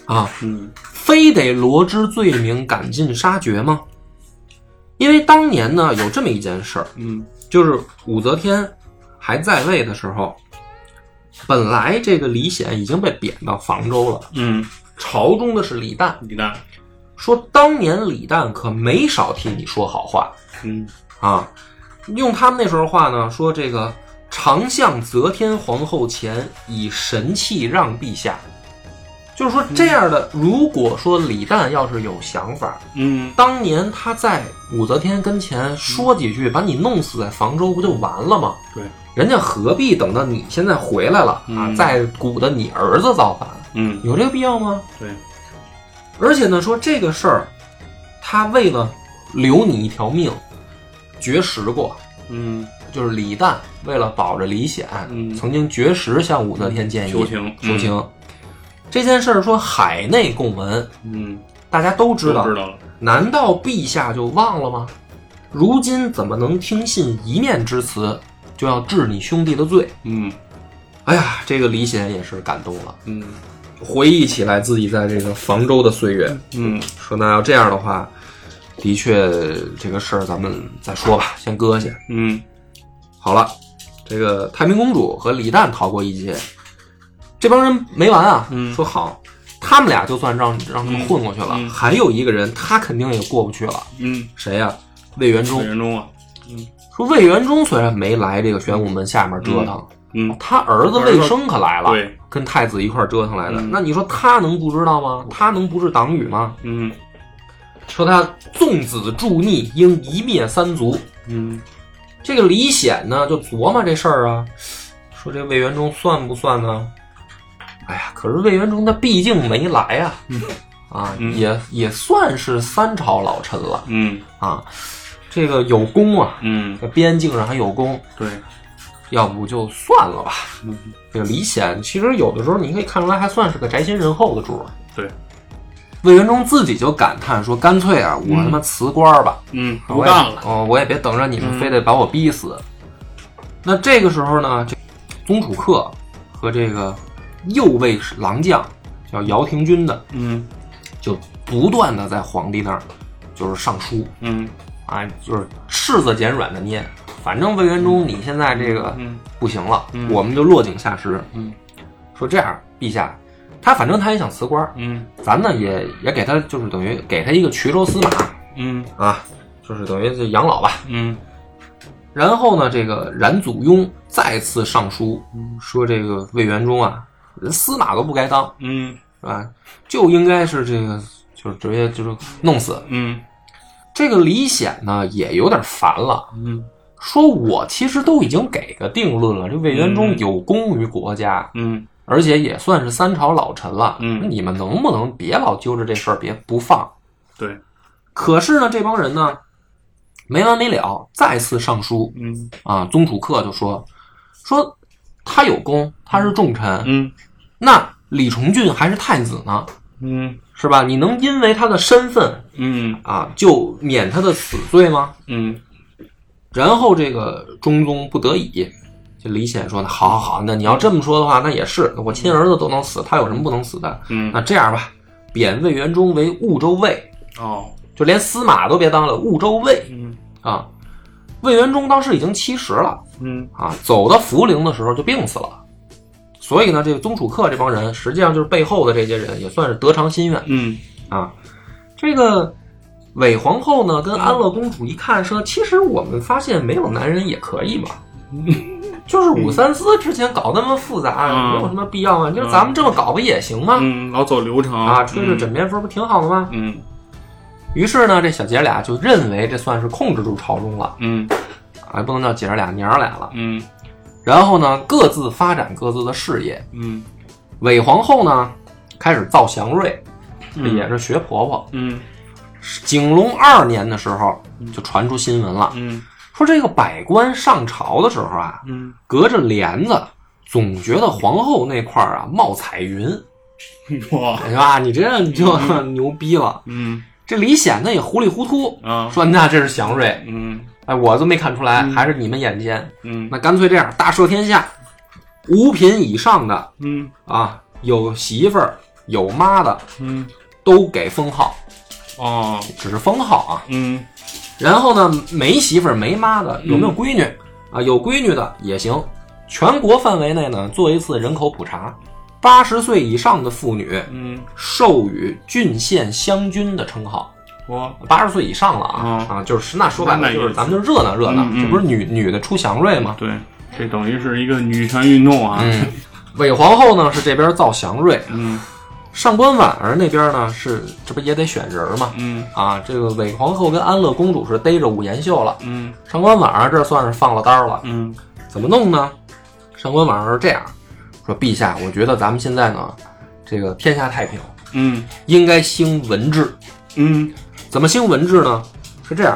Speaker 1: 啊，
Speaker 2: 嗯
Speaker 1: 非得罗织罪名，赶尽杀绝吗？因为当年呢，有这么一件事儿，
Speaker 2: 嗯
Speaker 1: 就是武则天还在位的时候，本来这个李显已经被贬到房州了，
Speaker 2: 嗯，
Speaker 1: 朝中的是李旦，
Speaker 2: 李诞，
Speaker 1: 说当年李旦可没少替你说好话
Speaker 2: 嗯
Speaker 1: 啊。用他们那时候话呢，说这个常向则天皇后前以神器让陛下，就是说这样的，如果说李旦要是有想法，
Speaker 2: 嗯
Speaker 1: 当年他在武则天跟前说几句，把你弄死在房州，不就完了吗？
Speaker 2: 对，
Speaker 1: 人家何必等到你现在回来了啊，
Speaker 2: 嗯
Speaker 1: 再鼓的你儿子造反，
Speaker 2: 嗯
Speaker 1: 有这个必要吗？
Speaker 2: 对，
Speaker 1: 而且呢，说这个事儿，他为了留你一条命，绝食过，
Speaker 2: 嗯
Speaker 1: 就是李旦为了保着李显，
Speaker 2: 嗯
Speaker 1: 曾经绝食向武则天建议
Speaker 2: 求情
Speaker 1: 求情。这件事儿说海内共闻，
Speaker 2: 嗯，
Speaker 1: 大家都知
Speaker 2: 都
Speaker 1: 道，
Speaker 2: 知道了，
Speaker 1: 难道陛下就忘了吗？如今怎么能听信一面之词，就要治你兄弟的罪？
Speaker 2: 嗯
Speaker 1: 哎呀，这个李显也是感动了，
Speaker 2: 嗯
Speaker 1: 回忆起来自己在这个房州的岁月，
Speaker 2: 嗯
Speaker 1: 说那要这样的话，的确这个事儿咱们再说吧，先搁下。
Speaker 2: 嗯
Speaker 1: 好了，这个太平公主和李旦逃过一劫，这帮人没完啊！
Speaker 2: 嗯
Speaker 1: 说好，他们俩就算让让他们混过去了，
Speaker 2: 嗯嗯
Speaker 1: 还有一个人他肯定也过不去了，
Speaker 2: 嗯，
Speaker 1: 谁呀、魏元忠
Speaker 2: 魏。仁忠啊，
Speaker 1: 说魏元忠虽然没来这个玄武门下面折腾，
Speaker 2: 嗯
Speaker 1: 他儿子魏生可来了，
Speaker 2: 对，
Speaker 1: 跟太子一块儿折腾来的。
Speaker 2: 嗯
Speaker 1: 那你说他能不知道吗？他能不是党羽吗？
Speaker 2: 嗯
Speaker 1: 说他纵子助逆，应一灭三族。
Speaker 2: 嗯
Speaker 1: 这个李显呢，就琢磨这事儿啊，说这魏元忠算不算呢？哎呀，可是魏元忠他毕竟没来啊，啊，
Speaker 2: 嗯
Speaker 1: 也也算是三朝老臣了
Speaker 2: 嗯
Speaker 1: 啊，这个有功啊，
Speaker 2: 嗯，
Speaker 1: 这边境上还有功，
Speaker 2: 对，
Speaker 1: 要不就算了吧。
Speaker 2: 嗯
Speaker 1: 这个李显其实有的时候你可以看出来，还算是个宅心仁厚的主儿。
Speaker 2: 对，
Speaker 1: 魏元忠自己就感叹说：“干脆啊，我他妈辞官儿吧，
Speaker 2: 嗯，不
Speaker 1: 我也
Speaker 2: 干了，
Speaker 1: 哦，我也别等着你们
Speaker 2: 嗯
Speaker 1: 非得把我逼死。那这个时候呢，这宗楚客和这个右卫郎将叫姚廷钧的，
Speaker 2: 嗯
Speaker 1: 就不断的在皇帝那儿就是上书
Speaker 2: 嗯
Speaker 1: 啊，就是柿子捡软的捏。反正魏元忠，你现在这个
Speaker 2: 嗯
Speaker 1: 不行了，
Speaker 2: 嗯
Speaker 1: 我们就落井下石。
Speaker 2: 嗯
Speaker 1: 说这样，陛下，他反正他也想辞官儿，
Speaker 2: 嗯
Speaker 1: 咱呢也也给他就是等于给他一个衢州司马
Speaker 2: 嗯
Speaker 1: 啊，就是等于就养老吧。
Speaker 2: 嗯
Speaker 1: 然后呢，这个冉祖雍再次上书
Speaker 2: 嗯
Speaker 1: 说，这个魏元忠啊，人司马都不该当，
Speaker 2: 嗯
Speaker 1: 是吧？就应该是这个，就是直接就是弄死。
Speaker 2: 嗯
Speaker 1: 这个李显呢也有点烦了，
Speaker 2: 嗯
Speaker 1: 说我其实都已经给个定论了，这魏元忠有功于国家，
Speaker 2: 嗯
Speaker 1: 而且也算是三朝老臣了，
Speaker 2: 嗯
Speaker 1: 那你们能不能别老揪着这事儿别不放？
Speaker 2: 对，
Speaker 1: 可是呢，这帮人呢没完没了，再次上书
Speaker 2: 嗯
Speaker 1: 啊，宗楚客就说说他有功，他是重臣，
Speaker 2: 嗯
Speaker 1: 那李重俊还是太子呢，
Speaker 2: 嗯
Speaker 1: 是吧？你能因为他的身份
Speaker 2: 嗯
Speaker 1: 啊就免他的死罪吗？
Speaker 2: 嗯
Speaker 1: 然后这个中宗不得已，这李显说呢，好好好，那你要这么说的话，那也是，我亲儿子都能死，他有什么不能死的？
Speaker 2: 嗯
Speaker 1: 那这样吧，贬魏元忠为婺州尉，
Speaker 2: 哦，
Speaker 1: 就连司马都别当了，婺州尉
Speaker 2: 嗯
Speaker 1: 啊。魏元忠当时已经七十了
Speaker 2: 嗯
Speaker 1: 啊，走到涪陵的时候就病死了。所以呢，这个宗楚客这帮人，实际上就是背后的这些人，也算是得偿心愿
Speaker 2: 嗯
Speaker 1: 啊。这个韦皇后呢跟安乐公主一看说，其实我们发现没有男人也可以嘛。就是武三思之前搞那么复杂，
Speaker 2: 嗯
Speaker 1: 没有什么必要啊。就是咱们这么搞不也行吗？
Speaker 2: 嗯，老走流程
Speaker 1: 啊，吹吹枕边风不挺好的吗？
Speaker 2: 嗯
Speaker 1: 于是呢，这小姐俩就认为这算是控制住朝中了，
Speaker 2: 嗯
Speaker 1: 啊，不能叫姐儿俩娘儿俩了。
Speaker 2: 嗯
Speaker 1: 然后呢，各自发展各自的事业。
Speaker 2: 嗯
Speaker 1: 韦皇后呢，开始造祥瑞，这
Speaker 2: 嗯
Speaker 1: 也是学婆婆。
Speaker 2: 嗯
Speaker 1: 景隆二年的时候，就传出新闻了，
Speaker 2: 嗯
Speaker 1: 说这个百官上朝的时候啊，
Speaker 2: 嗯，
Speaker 1: 隔着帘子，总觉得皇后那块儿啊冒彩云，
Speaker 2: 哇，
Speaker 1: 是吧？你这你就 牛逼了。
Speaker 2: 嗯
Speaker 1: 这李显呢也糊里糊涂，
Speaker 2: 啊，
Speaker 1: 说那这是祥瑞，
Speaker 2: 嗯
Speaker 1: 哎，我都没看出来，还是你们眼尖。
Speaker 2: 嗯
Speaker 1: 那干脆这样，大赦天下，五品以上的
Speaker 2: 嗯
Speaker 1: 啊，有媳妇儿有妈的
Speaker 2: 嗯，
Speaker 1: 都给封号，
Speaker 2: 哦，
Speaker 1: 只是封号啊。
Speaker 2: 嗯
Speaker 1: 然后呢，没媳妇儿没妈的，有没有闺女、啊？有闺女的也行。全国范围内呢，做一次人口普查，八十岁以上的妇女
Speaker 2: 嗯，
Speaker 1: 授予郡县乡君的称号。
Speaker 2: 我
Speaker 1: 八十岁以上了啊、
Speaker 2: 哦
Speaker 1: 啊，就是那说白了
Speaker 2: 那那
Speaker 1: 就是
Speaker 2: 意思
Speaker 1: 咱们就热闹热闹，
Speaker 2: 嗯嗯
Speaker 1: 这不是女女的出祥瑞吗？
Speaker 2: 对，这等于是一个女权运动啊，
Speaker 1: 嗯，韦皇后呢是这边造祥瑞，
Speaker 2: 嗯
Speaker 1: 上官婉儿那边呢是这不也得选人吗？
Speaker 2: 嗯
Speaker 1: 啊，这个韦皇后跟安乐公主是逮着武延秀了，
Speaker 2: 嗯
Speaker 1: 上官婉儿这算是放了刀了，
Speaker 2: 嗯
Speaker 1: 怎么弄呢？上官婉儿是这样说：“陛下，我觉得咱们现在呢，这个天下太平，
Speaker 2: 嗯
Speaker 1: 应该兴文治。
Speaker 2: 嗯，
Speaker 1: 怎么兴文治呢？是这样，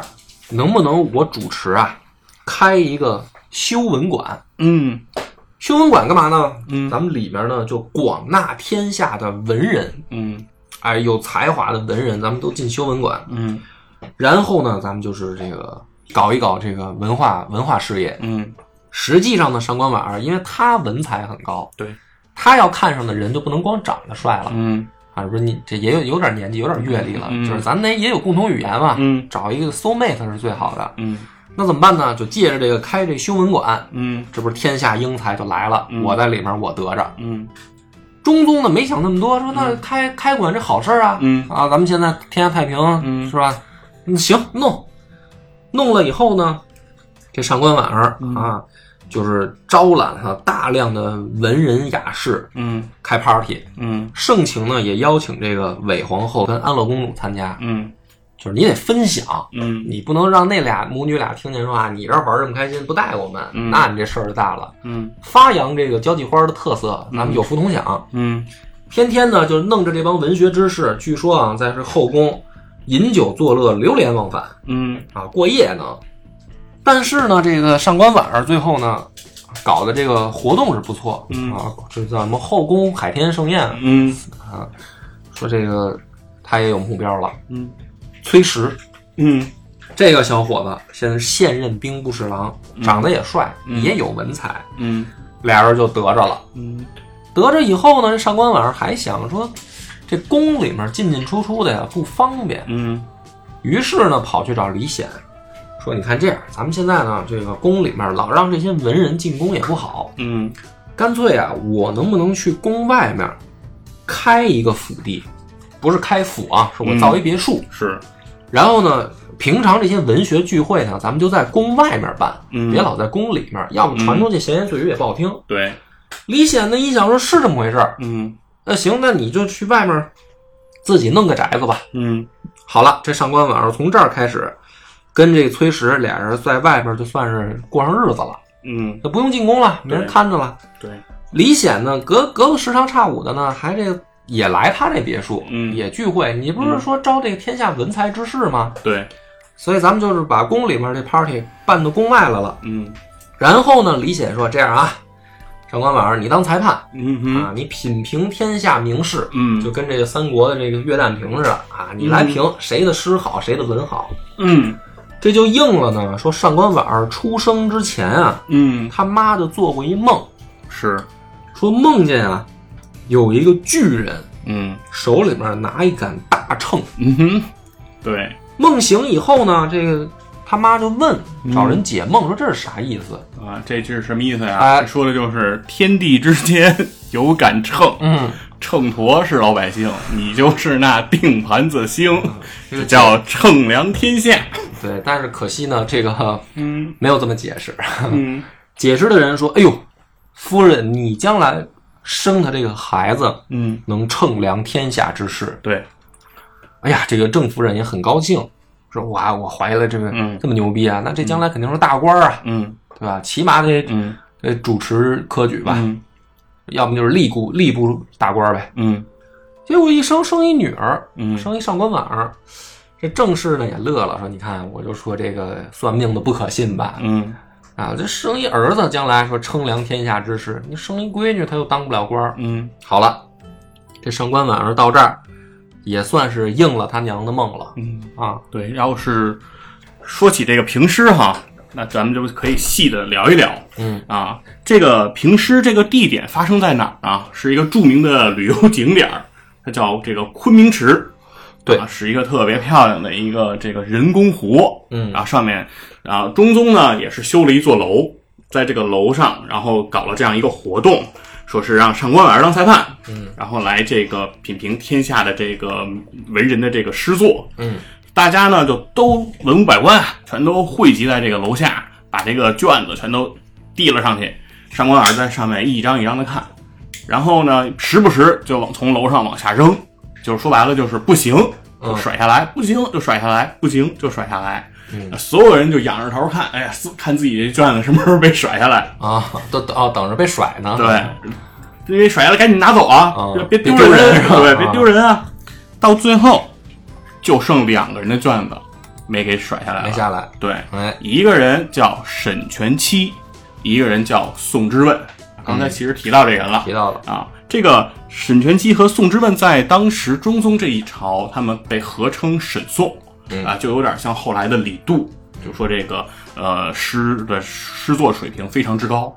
Speaker 1: 能不能我主持啊，开一个修文馆？
Speaker 2: 嗯
Speaker 1: 修文馆干嘛呢？
Speaker 2: 嗯
Speaker 1: 咱们里面呢就广纳天下的文人，
Speaker 2: 嗯
Speaker 1: 哎，有才华的文人，咱们都进修文馆。
Speaker 2: 嗯
Speaker 1: 然后呢，咱们就是这个搞一搞这个文化文化事业。
Speaker 2: 嗯，
Speaker 1: 实际上呢，上官婉儿因为她文采很高，
Speaker 2: 对，
Speaker 1: 她要看上的人就不能光长得帅了、
Speaker 2: 嗯
Speaker 1: 啊，不是你这也有有点年纪，有点阅历了，
Speaker 2: 嗯
Speaker 1: 就是咱们得也有共同语言嘛，
Speaker 2: 嗯
Speaker 1: 找一个 soul mate 是最好的。
Speaker 2: 嗯
Speaker 1: 那怎么办呢？就借着这个开这修文馆，
Speaker 2: 嗯
Speaker 1: 这不是天下英才就来了，
Speaker 2: 嗯
Speaker 1: 我在里面我得着。
Speaker 2: 嗯
Speaker 1: 中宗呢没想那么多，说那开、开馆这好事儿啊，
Speaker 2: 嗯
Speaker 1: 啊，咱们现在天下太平，
Speaker 2: 嗯
Speaker 1: 是吧？嗯，行，弄，弄了以后呢，这上官婉儿、
Speaker 2: 嗯
Speaker 1: 啊，就是招揽了大量的文人雅士
Speaker 2: 嗯
Speaker 1: 开 party，
Speaker 2: 嗯
Speaker 1: 盛情呢也邀请这个韦皇后跟安乐公主参加，
Speaker 2: 嗯
Speaker 1: 就是你得分享。
Speaker 2: 嗯
Speaker 1: 你不能让那俩母女俩听见说啊，你这玩儿这么开心，不带我们，
Speaker 2: 嗯
Speaker 1: 那你这事儿就大了。
Speaker 2: 嗯
Speaker 1: 发扬这个交际花的特色，咱们有福同享。
Speaker 2: 嗯
Speaker 1: 天天呢就弄着这帮文学知识，据说啊，在是后宫饮酒作乐，流连忘返
Speaker 2: 嗯
Speaker 1: 啊，过夜呢。但是呢，这个上官婉儿最后呢，搞的这个活动是不错、
Speaker 2: 嗯
Speaker 1: 啊，这叫什么后宫海天盛宴，
Speaker 2: 嗯
Speaker 1: 说这个他也有目标了。
Speaker 2: 嗯
Speaker 1: 崔实
Speaker 2: 嗯
Speaker 1: 这个小伙子现在是现任兵部侍郎，长得也帅，
Speaker 2: 嗯
Speaker 1: 也有文采，
Speaker 2: 嗯
Speaker 1: 俩人就得着了。
Speaker 2: 嗯
Speaker 1: 得着以后呢，这上官婉儿还想说，这宫里面进进出出的呀不方便，
Speaker 2: 嗯
Speaker 1: 于是呢，跑去找李显，说：“你看这样，咱们现在呢，这个宫里面老让这些文人进宫也不好，
Speaker 2: 嗯
Speaker 1: 干脆啊，我能不能去宫外面开一个府地？不是开府啊，是我造一别墅。
Speaker 2: 是，
Speaker 1: 然后呢，平常这些文学聚会呢，咱们就在宫外面办，
Speaker 2: 嗯
Speaker 1: 别老在宫里面，要不传出去闲言碎语也不好听。
Speaker 2: 对，
Speaker 1: 李显呢一想说，是这么回事儿，
Speaker 2: 嗯
Speaker 1: 那行，那你就去外面自己弄个宅子吧。
Speaker 2: 嗯
Speaker 1: 好了，这上官婉儿从这儿开始，跟这崔实俩人在外边就算是过上日子了，
Speaker 2: 嗯
Speaker 1: 就不用进宫了，没
Speaker 2: 对
Speaker 1: 人看着了。
Speaker 2: 对，
Speaker 1: 李显呢，隔隔个时长差五的呢，还这个也来他这别墅，
Speaker 2: 嗯
Speaker 1: 也聚会。你不是说招这个天下文才之士吗？
Speaker 2: 对，
Speaker 1: 所以咱们就是把宫里面这 party 办到宫外来了。
Speaker 2: 嗯
Speaker 1: 然后呢，李显说：“这样啊，上官婉儿，你当裁判
Speaker 2: 嗯哼
Speaker 1: 啊，你品评天下名士，
Speaker 2: 嗯
Speaker 1: 就跟这个三国的这个岳旦评似的啊，你来评谁的诗好，谁的文好。”
Speaker 2: 嗯
Speaker 1: 这就应了呢。说上官婉儿出生之前啊，
Speaker 2: 嗯
Speaker 1: 他妈就做过一梦，
Speaker 2: 是，
Speaker 1: 说梦见啊有一个巨人
Speaker 2: 嗯
Speaker 1: 手里面拿一杆大秤。
Speaker 2: 嗯哼，对，
Speaker 1: 梦醒以后呢，这个他妈就问找人解梦，说这是啥意思？
Speaker 2: 啊，这这是什么意思呀、
Speaker 1: 哎
Speaker 2: 这说的就是天地之间有杆秤，
Speaker 1: 嗯，
Speaker 2: 秤砣是老百姓，你就是那定盘子星，这叫称量天下。
Speaker 1: 对，但是可惜呢，这个
Speaker 2: 嗯
Speaker 1: 没有这么解释。
Speaker 2: 嗯
Speaker 1: 解释的人说：“哎呦，夫人，你将来生的这个孩子
Speaker 2: 嗯，
Speaker 1: 能称量天下之事。
Speaker 2: 对，”
Speaker 1: 哎呀，这个郑夫人也很高兴，说：“哇，我怀了这个、
Speaker 2: 嗯
Speaker 1: 这么牛逼啊，那这将来肯定是大官啊，
Speaker 2: 嗯
Speaker 1: 对吧？起码得
Speaker 2: 嗯
Speaker 1: 得主持科举吧，
Speaker 2: 嗯
Speaker 1: 要么就是吏部吏部大官呗。”
Speaker 2: 嗯
Speaker 1: 结果一生生一女儿，
Speaker 2: 嗯
Speaker 1: 生一上官婉儿。这郑氏呢也乐了，说：“你看，我就说这个算命的不可信吧，
Speaker 2: 嗯
Speaker 1: 啊，这生一儿子，将来说称量天下之事；你生一闺女，她又当不了官儿。
Speaker 2: 嗯
Speaker 1: 好了，这上官婉儿到这儿，也算是应了他娘的梦了
Speaker 2: 嗯，
Speaker 1: 啊。
Speaker 2: 对。要是说起这个评诗哈，那咱们就可以细的聊一聊。
Speaker 1: 嗯
Speaker 2: 啊，这个评诗这个地点发生在哪儿呢？是一个著名的旅游景点儿，它叫这个昆明池。
Speaker 1: 对
Speaker 2: 啊，是一个特别漂亮的一个这个人工湖。
Speaker 1: 嗯
Speaker 2: 然后上面，然后中宗呢也是修了一座楼，在这个楼上，然后搞了这样一个活动，说是让上官婉儿当裁判，
Speaker 1: 嗯，
Speaker 2: 然后来这个品评天下的这个文人的这个诗作，
Speaker 1: 嗯，
Speaker 2: 大家呢就都文武百官啊全都汇集在这个楼下，把这个卷子全都递了上去。上官婉儿在上面一张一张的看，然后呢，时不时就往从楼上往下扔，就是说白了就是不行
Speaker 1: 嗯
Speaker 2: 就甩下来，不行就甩下来，不行就甩下来。
Speaker 1: 嗯
Speaker 2: 所有人就仰着头看，哎呀，自看自己这卷子什么时候被甩下来。
Speaker 1: 啊，都哦，等着被甩呢。嗯
Speaker 2: 对，因为甩下来赶紧拿走啊，
Speaker 1: 啊别
Speaker 2: 别丢
Speaker 1: 丢人
Speaker 2: 人，
Speaker 1: 是吧
Speaker 2: 对，
Speaker 1: 啊
Speaker 2: 别丢人啊。到最后就剩两个人的卷子没给甩下来了，
Speaker 1: 没下来。
Speaker 2: 对，
Speaker 1: 哎，
Speaker 2: 一个人叫沈全期，一个人叫宋之问。
Speaker 1: 嗯
Speaker 2: 刚才其实提到这人了、
Speaker 1: 提到了，
Speaker 2: 啊，这个沈全期和宋之问在当时中宗这一朝，他们被合称沈宋
Speaker 1: 嗯
Speaker 2: 啊，就有点像后来的李杜，就说这个呃诗的诗作水平非常之高。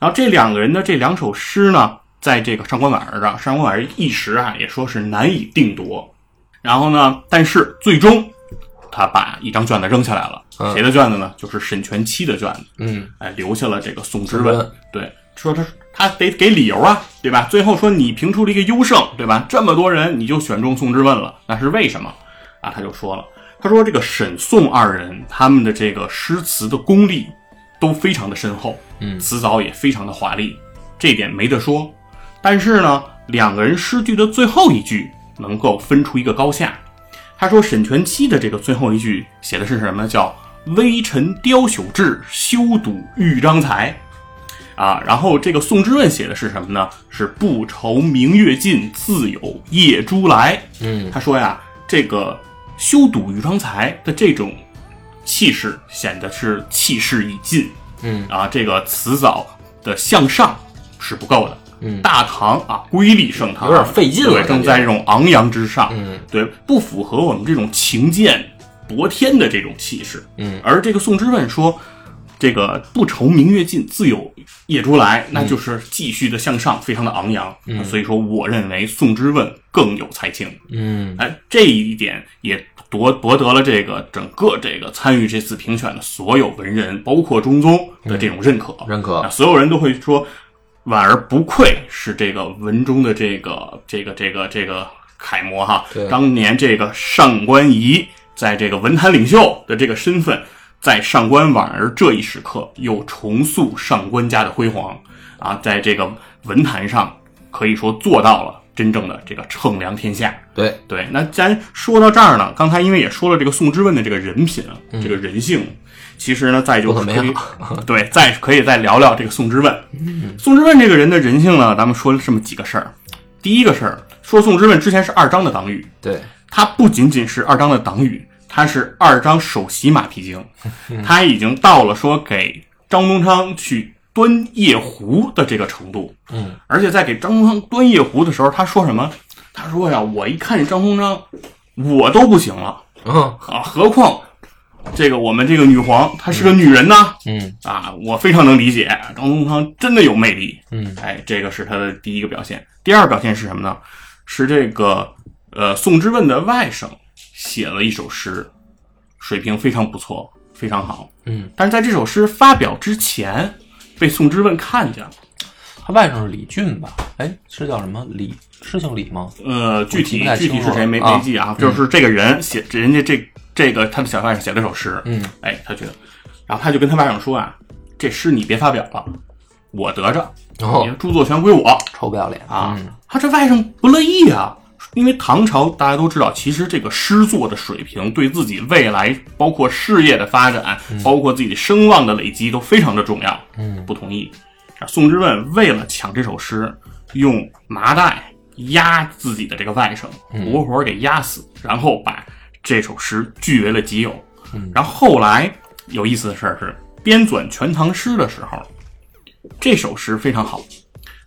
Speaker 2: 然后这两个人的这两首诗呢，在这个上官婉儿这儿，上官婉儿一时啊也说是难以定夺。然后呢，但是最终他把一张卷子扔下来了，
Speaker 1: 嗯
Speaker 2: 谁的卷子呢？就是沈全期的卷子，
Speaker 1: 嗯
Speaker 2: 哎，留下了这个宋之
Speaker 1: 之
Speaker 2: 问
Speaker 1: 问。
Speaker 2: 对，说他他得给理由啊，对吧？最后说你评出了一个优胜，对吧？这么多人你就选中宋之问了，那是为什么？啊，他就说了，他说这个沈宋二人他们的这个诗词的功力都非常的深厚，
Speaker 1: 嗯
Speaker 2: 词藻也非常的华丽，这点没得说。但是呢，两个人诗句的最后一句能够分出一个高下。他说沈佺期的这个最后一句写的是什么呢？叫“微臣雕朽志，修睹豫章才”。啊，然后这个宋之问写的是什么呢？是“不愁明月尽，自有夜珠来”。
Speaker 1: 嗯
Speaker 2: 他说呀，这个修睹豫章才的这种气势，显得是气势已尽，
Speaker 1: 嗯
Speaker 2: 啊，这个词藻的向上是不够的。
Speaker 1: 嗯
Speaker 2: 大唐啊，瑰丽盛唐，
Speaker 1: 有点费劲了
Speaker 2: 对
Speaker 1: 感觉
Speaker 2: 正在这种昂扬之上，
Speaker 1: 嗯
Speaker 2: 对，不符合我们这种情剑博天的这种气势。
Speaker 1: 嗯
Speaker 2: 而这个宋之问说，这个不愁明月尽，自有夜珠来，那就是继续的向上，非常的昂扬。
Speaker 1: 嗯
Speaker 2: 所以说，我认为宋之问更有才情。
Speaker 1: 嗯
Speaker 2: 哎，这一点也夺博得了这个整个这个参与这次评选的所有文人，包括中宗的这种认可。
Speaker 1: 认可
Speaker 2: 啊，所有人都会说，婉儿不愧是这个文中的这个这个这个这个楷模哈
Speaker 1: 对。
Speaker 2: 当年这个上官仪在这个文坛领袖的这个身份，在上官婉儿这一时刻又重塑上官家的辉煌啊，在这个文坛上可以说做到了真正的这个称量天下。
Speaker 1: 对，
Speaker 2: 对，那咱说到这儿呢，刚才因为也说了这个宋之问的这个人品啊，这个人性，其实呢，再就是
Speaker 1: 不
Speaker 2: 可
Speaker 1: 嗯怎么
Speaker 2: 以，对，再可以再聊聊这个宋之问。
Speaker 1: 嗯
Speaker 2: 宋之问这个人的人性呢，咱们说了这么几个事儿。第一个事儿，说宋之问之前是二张的党羽，
Speaker 1: 对，
Speaker 2: 他不仅仅是二张的党羽，他是二张首席马屁精，他已经到了说给张宗昌去端夜壶的这个程度。
Speaker 1: 嗯，
Speaker 2: 而且在给张宗昌端夜壶的时候，他说什么？他说呀，我一看这张宗昌，我都不行了
Speaker 1: 嗯
Speaker 2: 啊，何况这个我们这个女皇她是个女人呐、
Speaker 1: 嗯
Speaker 2: 啊，我非常能理解，张宗昌真的有魅力。
Speaker 1: 嗯，
Speaker 2: 哎，这个是他的第一个表现。第二表现是什么呢？是这个呃，宋之问的外甥写了一首诗，水平非常不错，非常好。
Speaker 1: 嗯，
Speaker 2: 但是在这首诗发表之前，被宋之问看见了。
Speaker 1: 他外甥是李俊吧？哎，是叫什么李？是姓李吗？
Speaker 2: 呃，具
Speaker 1: 我记
Speaker 2: 体
Speaker 1: 不太
Speaker 2: 具体
Speaker 1: 清楚
Speaker 2: 是谁没
Speaker 1: 了嗯
Speaker 2: 没记啊？就是这个人写，人家这这个他的小外甥写了首诗，
Speaker 1: 嗯，
Speaker 2: 哎，他觉得，然后他就跟他外甥说啊，这诗你别发表了，我得着，
Speaker 1: 然后
Speaker 2: 你的著作权归我
Speaker 1: 嗯臭不要脸
Speaker 2: 啊
Speaker 1: 嗯！
Speaker 2: 他这外甥不乐意啊，因为唐朝大家都知道，其实这个诗作的水平对自己未来包括事业的发展，包括自己的声望的累积都非常的重要。
Speaker 1: 嗯，
Speaker 2: 不同意。啊宋之问为了抢这首诗，用麻袋压自己的这个外甥，
Speaker 1: 嗯
Speaker 2: 活活给压死，然后把这首诗据为了己有。
Speaker 1: 嗯
Speaker 2: 然后后来有意思的事儿是，编纂《全唐诗》的时候，这首诗非常好，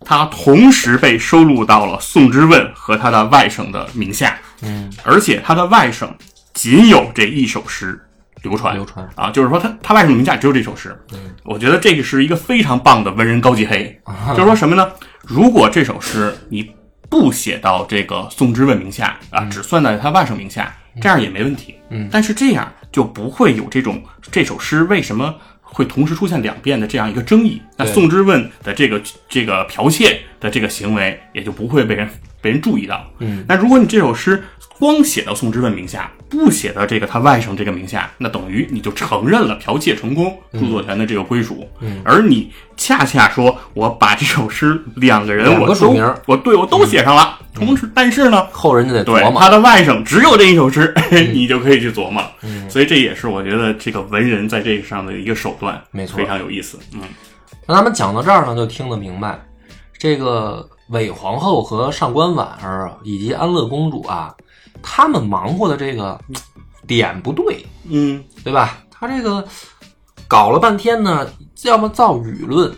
Speaker 2: 它同时被收录到了宋之问和他的外甥的名下。
Speaker 1: 嗯，
Speaker 2: 而且他的外甥仅有这一首诗流传。
Speaker 1: 流传
Speaker 2: 啊，就是说他他外甥名下只有这首诗。我觉得这个是一个非常棒的文人高级黑，就是说什么呢？如果这首诗你不写到这个宋之问名下啊，只算在他外甥名下，这样也没问题。嗯，但是这样就不会有这种这首诗为什么。会同时出现两遍的这样一个争议，那
Speaker 1: 对
Speaker 2: 宋之问的这个这个剽窃的这个行为也就不会被人被人注意到。
Speaker 1: 嗯，
Speaker 2: 那如果你这首诗光写到宋之问名下，不写到这个他外甥这个名下，那等于你就承认了剽窃成功著作权的这个归属。嗯，而你恰恰说我把这首诗两个人
Speaker 1: 两个
Speaker 2: 我
Speaker 1: 署
Speaker 2: 都
Speaker 1: 名儿
Speaker 2: 我对我都写上了，同时但是呢，
Speaker 1: 后人就得
Speaker 2: 对
Speaker 1: 琢磨
Speaker 2: 他的外甥只有这一首诗， 你就可以去琢磨。嗯，所以这也是我觉得这个文人在这上的一个手段，
Speaker 1: 没错
Speaker 2: 非常有意思。嗯，
Speaker 1: 那咱们讲到这儿呢，就听得明白，这个韦皇后和上官婉儿啊以及安乐公主啊，他们忙活的这个嘖点不对，
Speaker 2: 嗯，
Speaker 1: 对吧？他这个搞了半天呢，要么造舆论，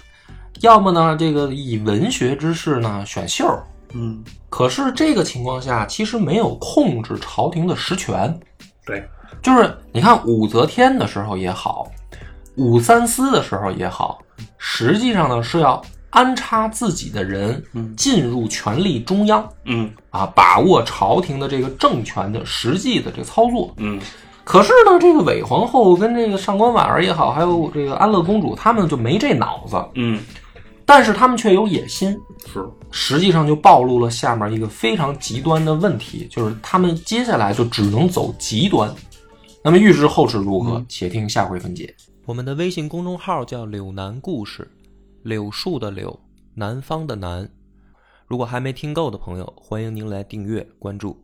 Speaker 1: 要么呢这个以文学之势呢选秀儿。
Speaker 2: 嗯，
Speaker 1: 可是这个情况下，其实没有控制朝廷的实权。
Speaker 2: 对，
Speaker 1: 就是你看武则天的时候也好，武三思的时候也好，实际上呢是要安插自己的人
Speaker 2: 嗯
Speaker 1: 进入权力中央
Speaker 2: 嗯
Speaker 1: 啊，把握朝廷的这个政权的实际的这个操作。
Speaker 2: 嗯，
Speaker 1: 可是呢，这个韦皇后跟这个上官婉儿也好，还有这个安乐公主，他们就没这脑子，
Speaker 2: 嗯，
Speaker 1: 但是他们却有野心。
Speaker 2: 是，
Speaker 1: 实际上就暴露了下面一个非常极端的问题，就是他们接下来就只能走极端。那么预知后事如何，且听下回分解。
Speaker 3: 我们的微信公众号叫“柳南故事”，柳树的柳，南方的南。如果还没听够的朋友，欢迎您来订阅关注。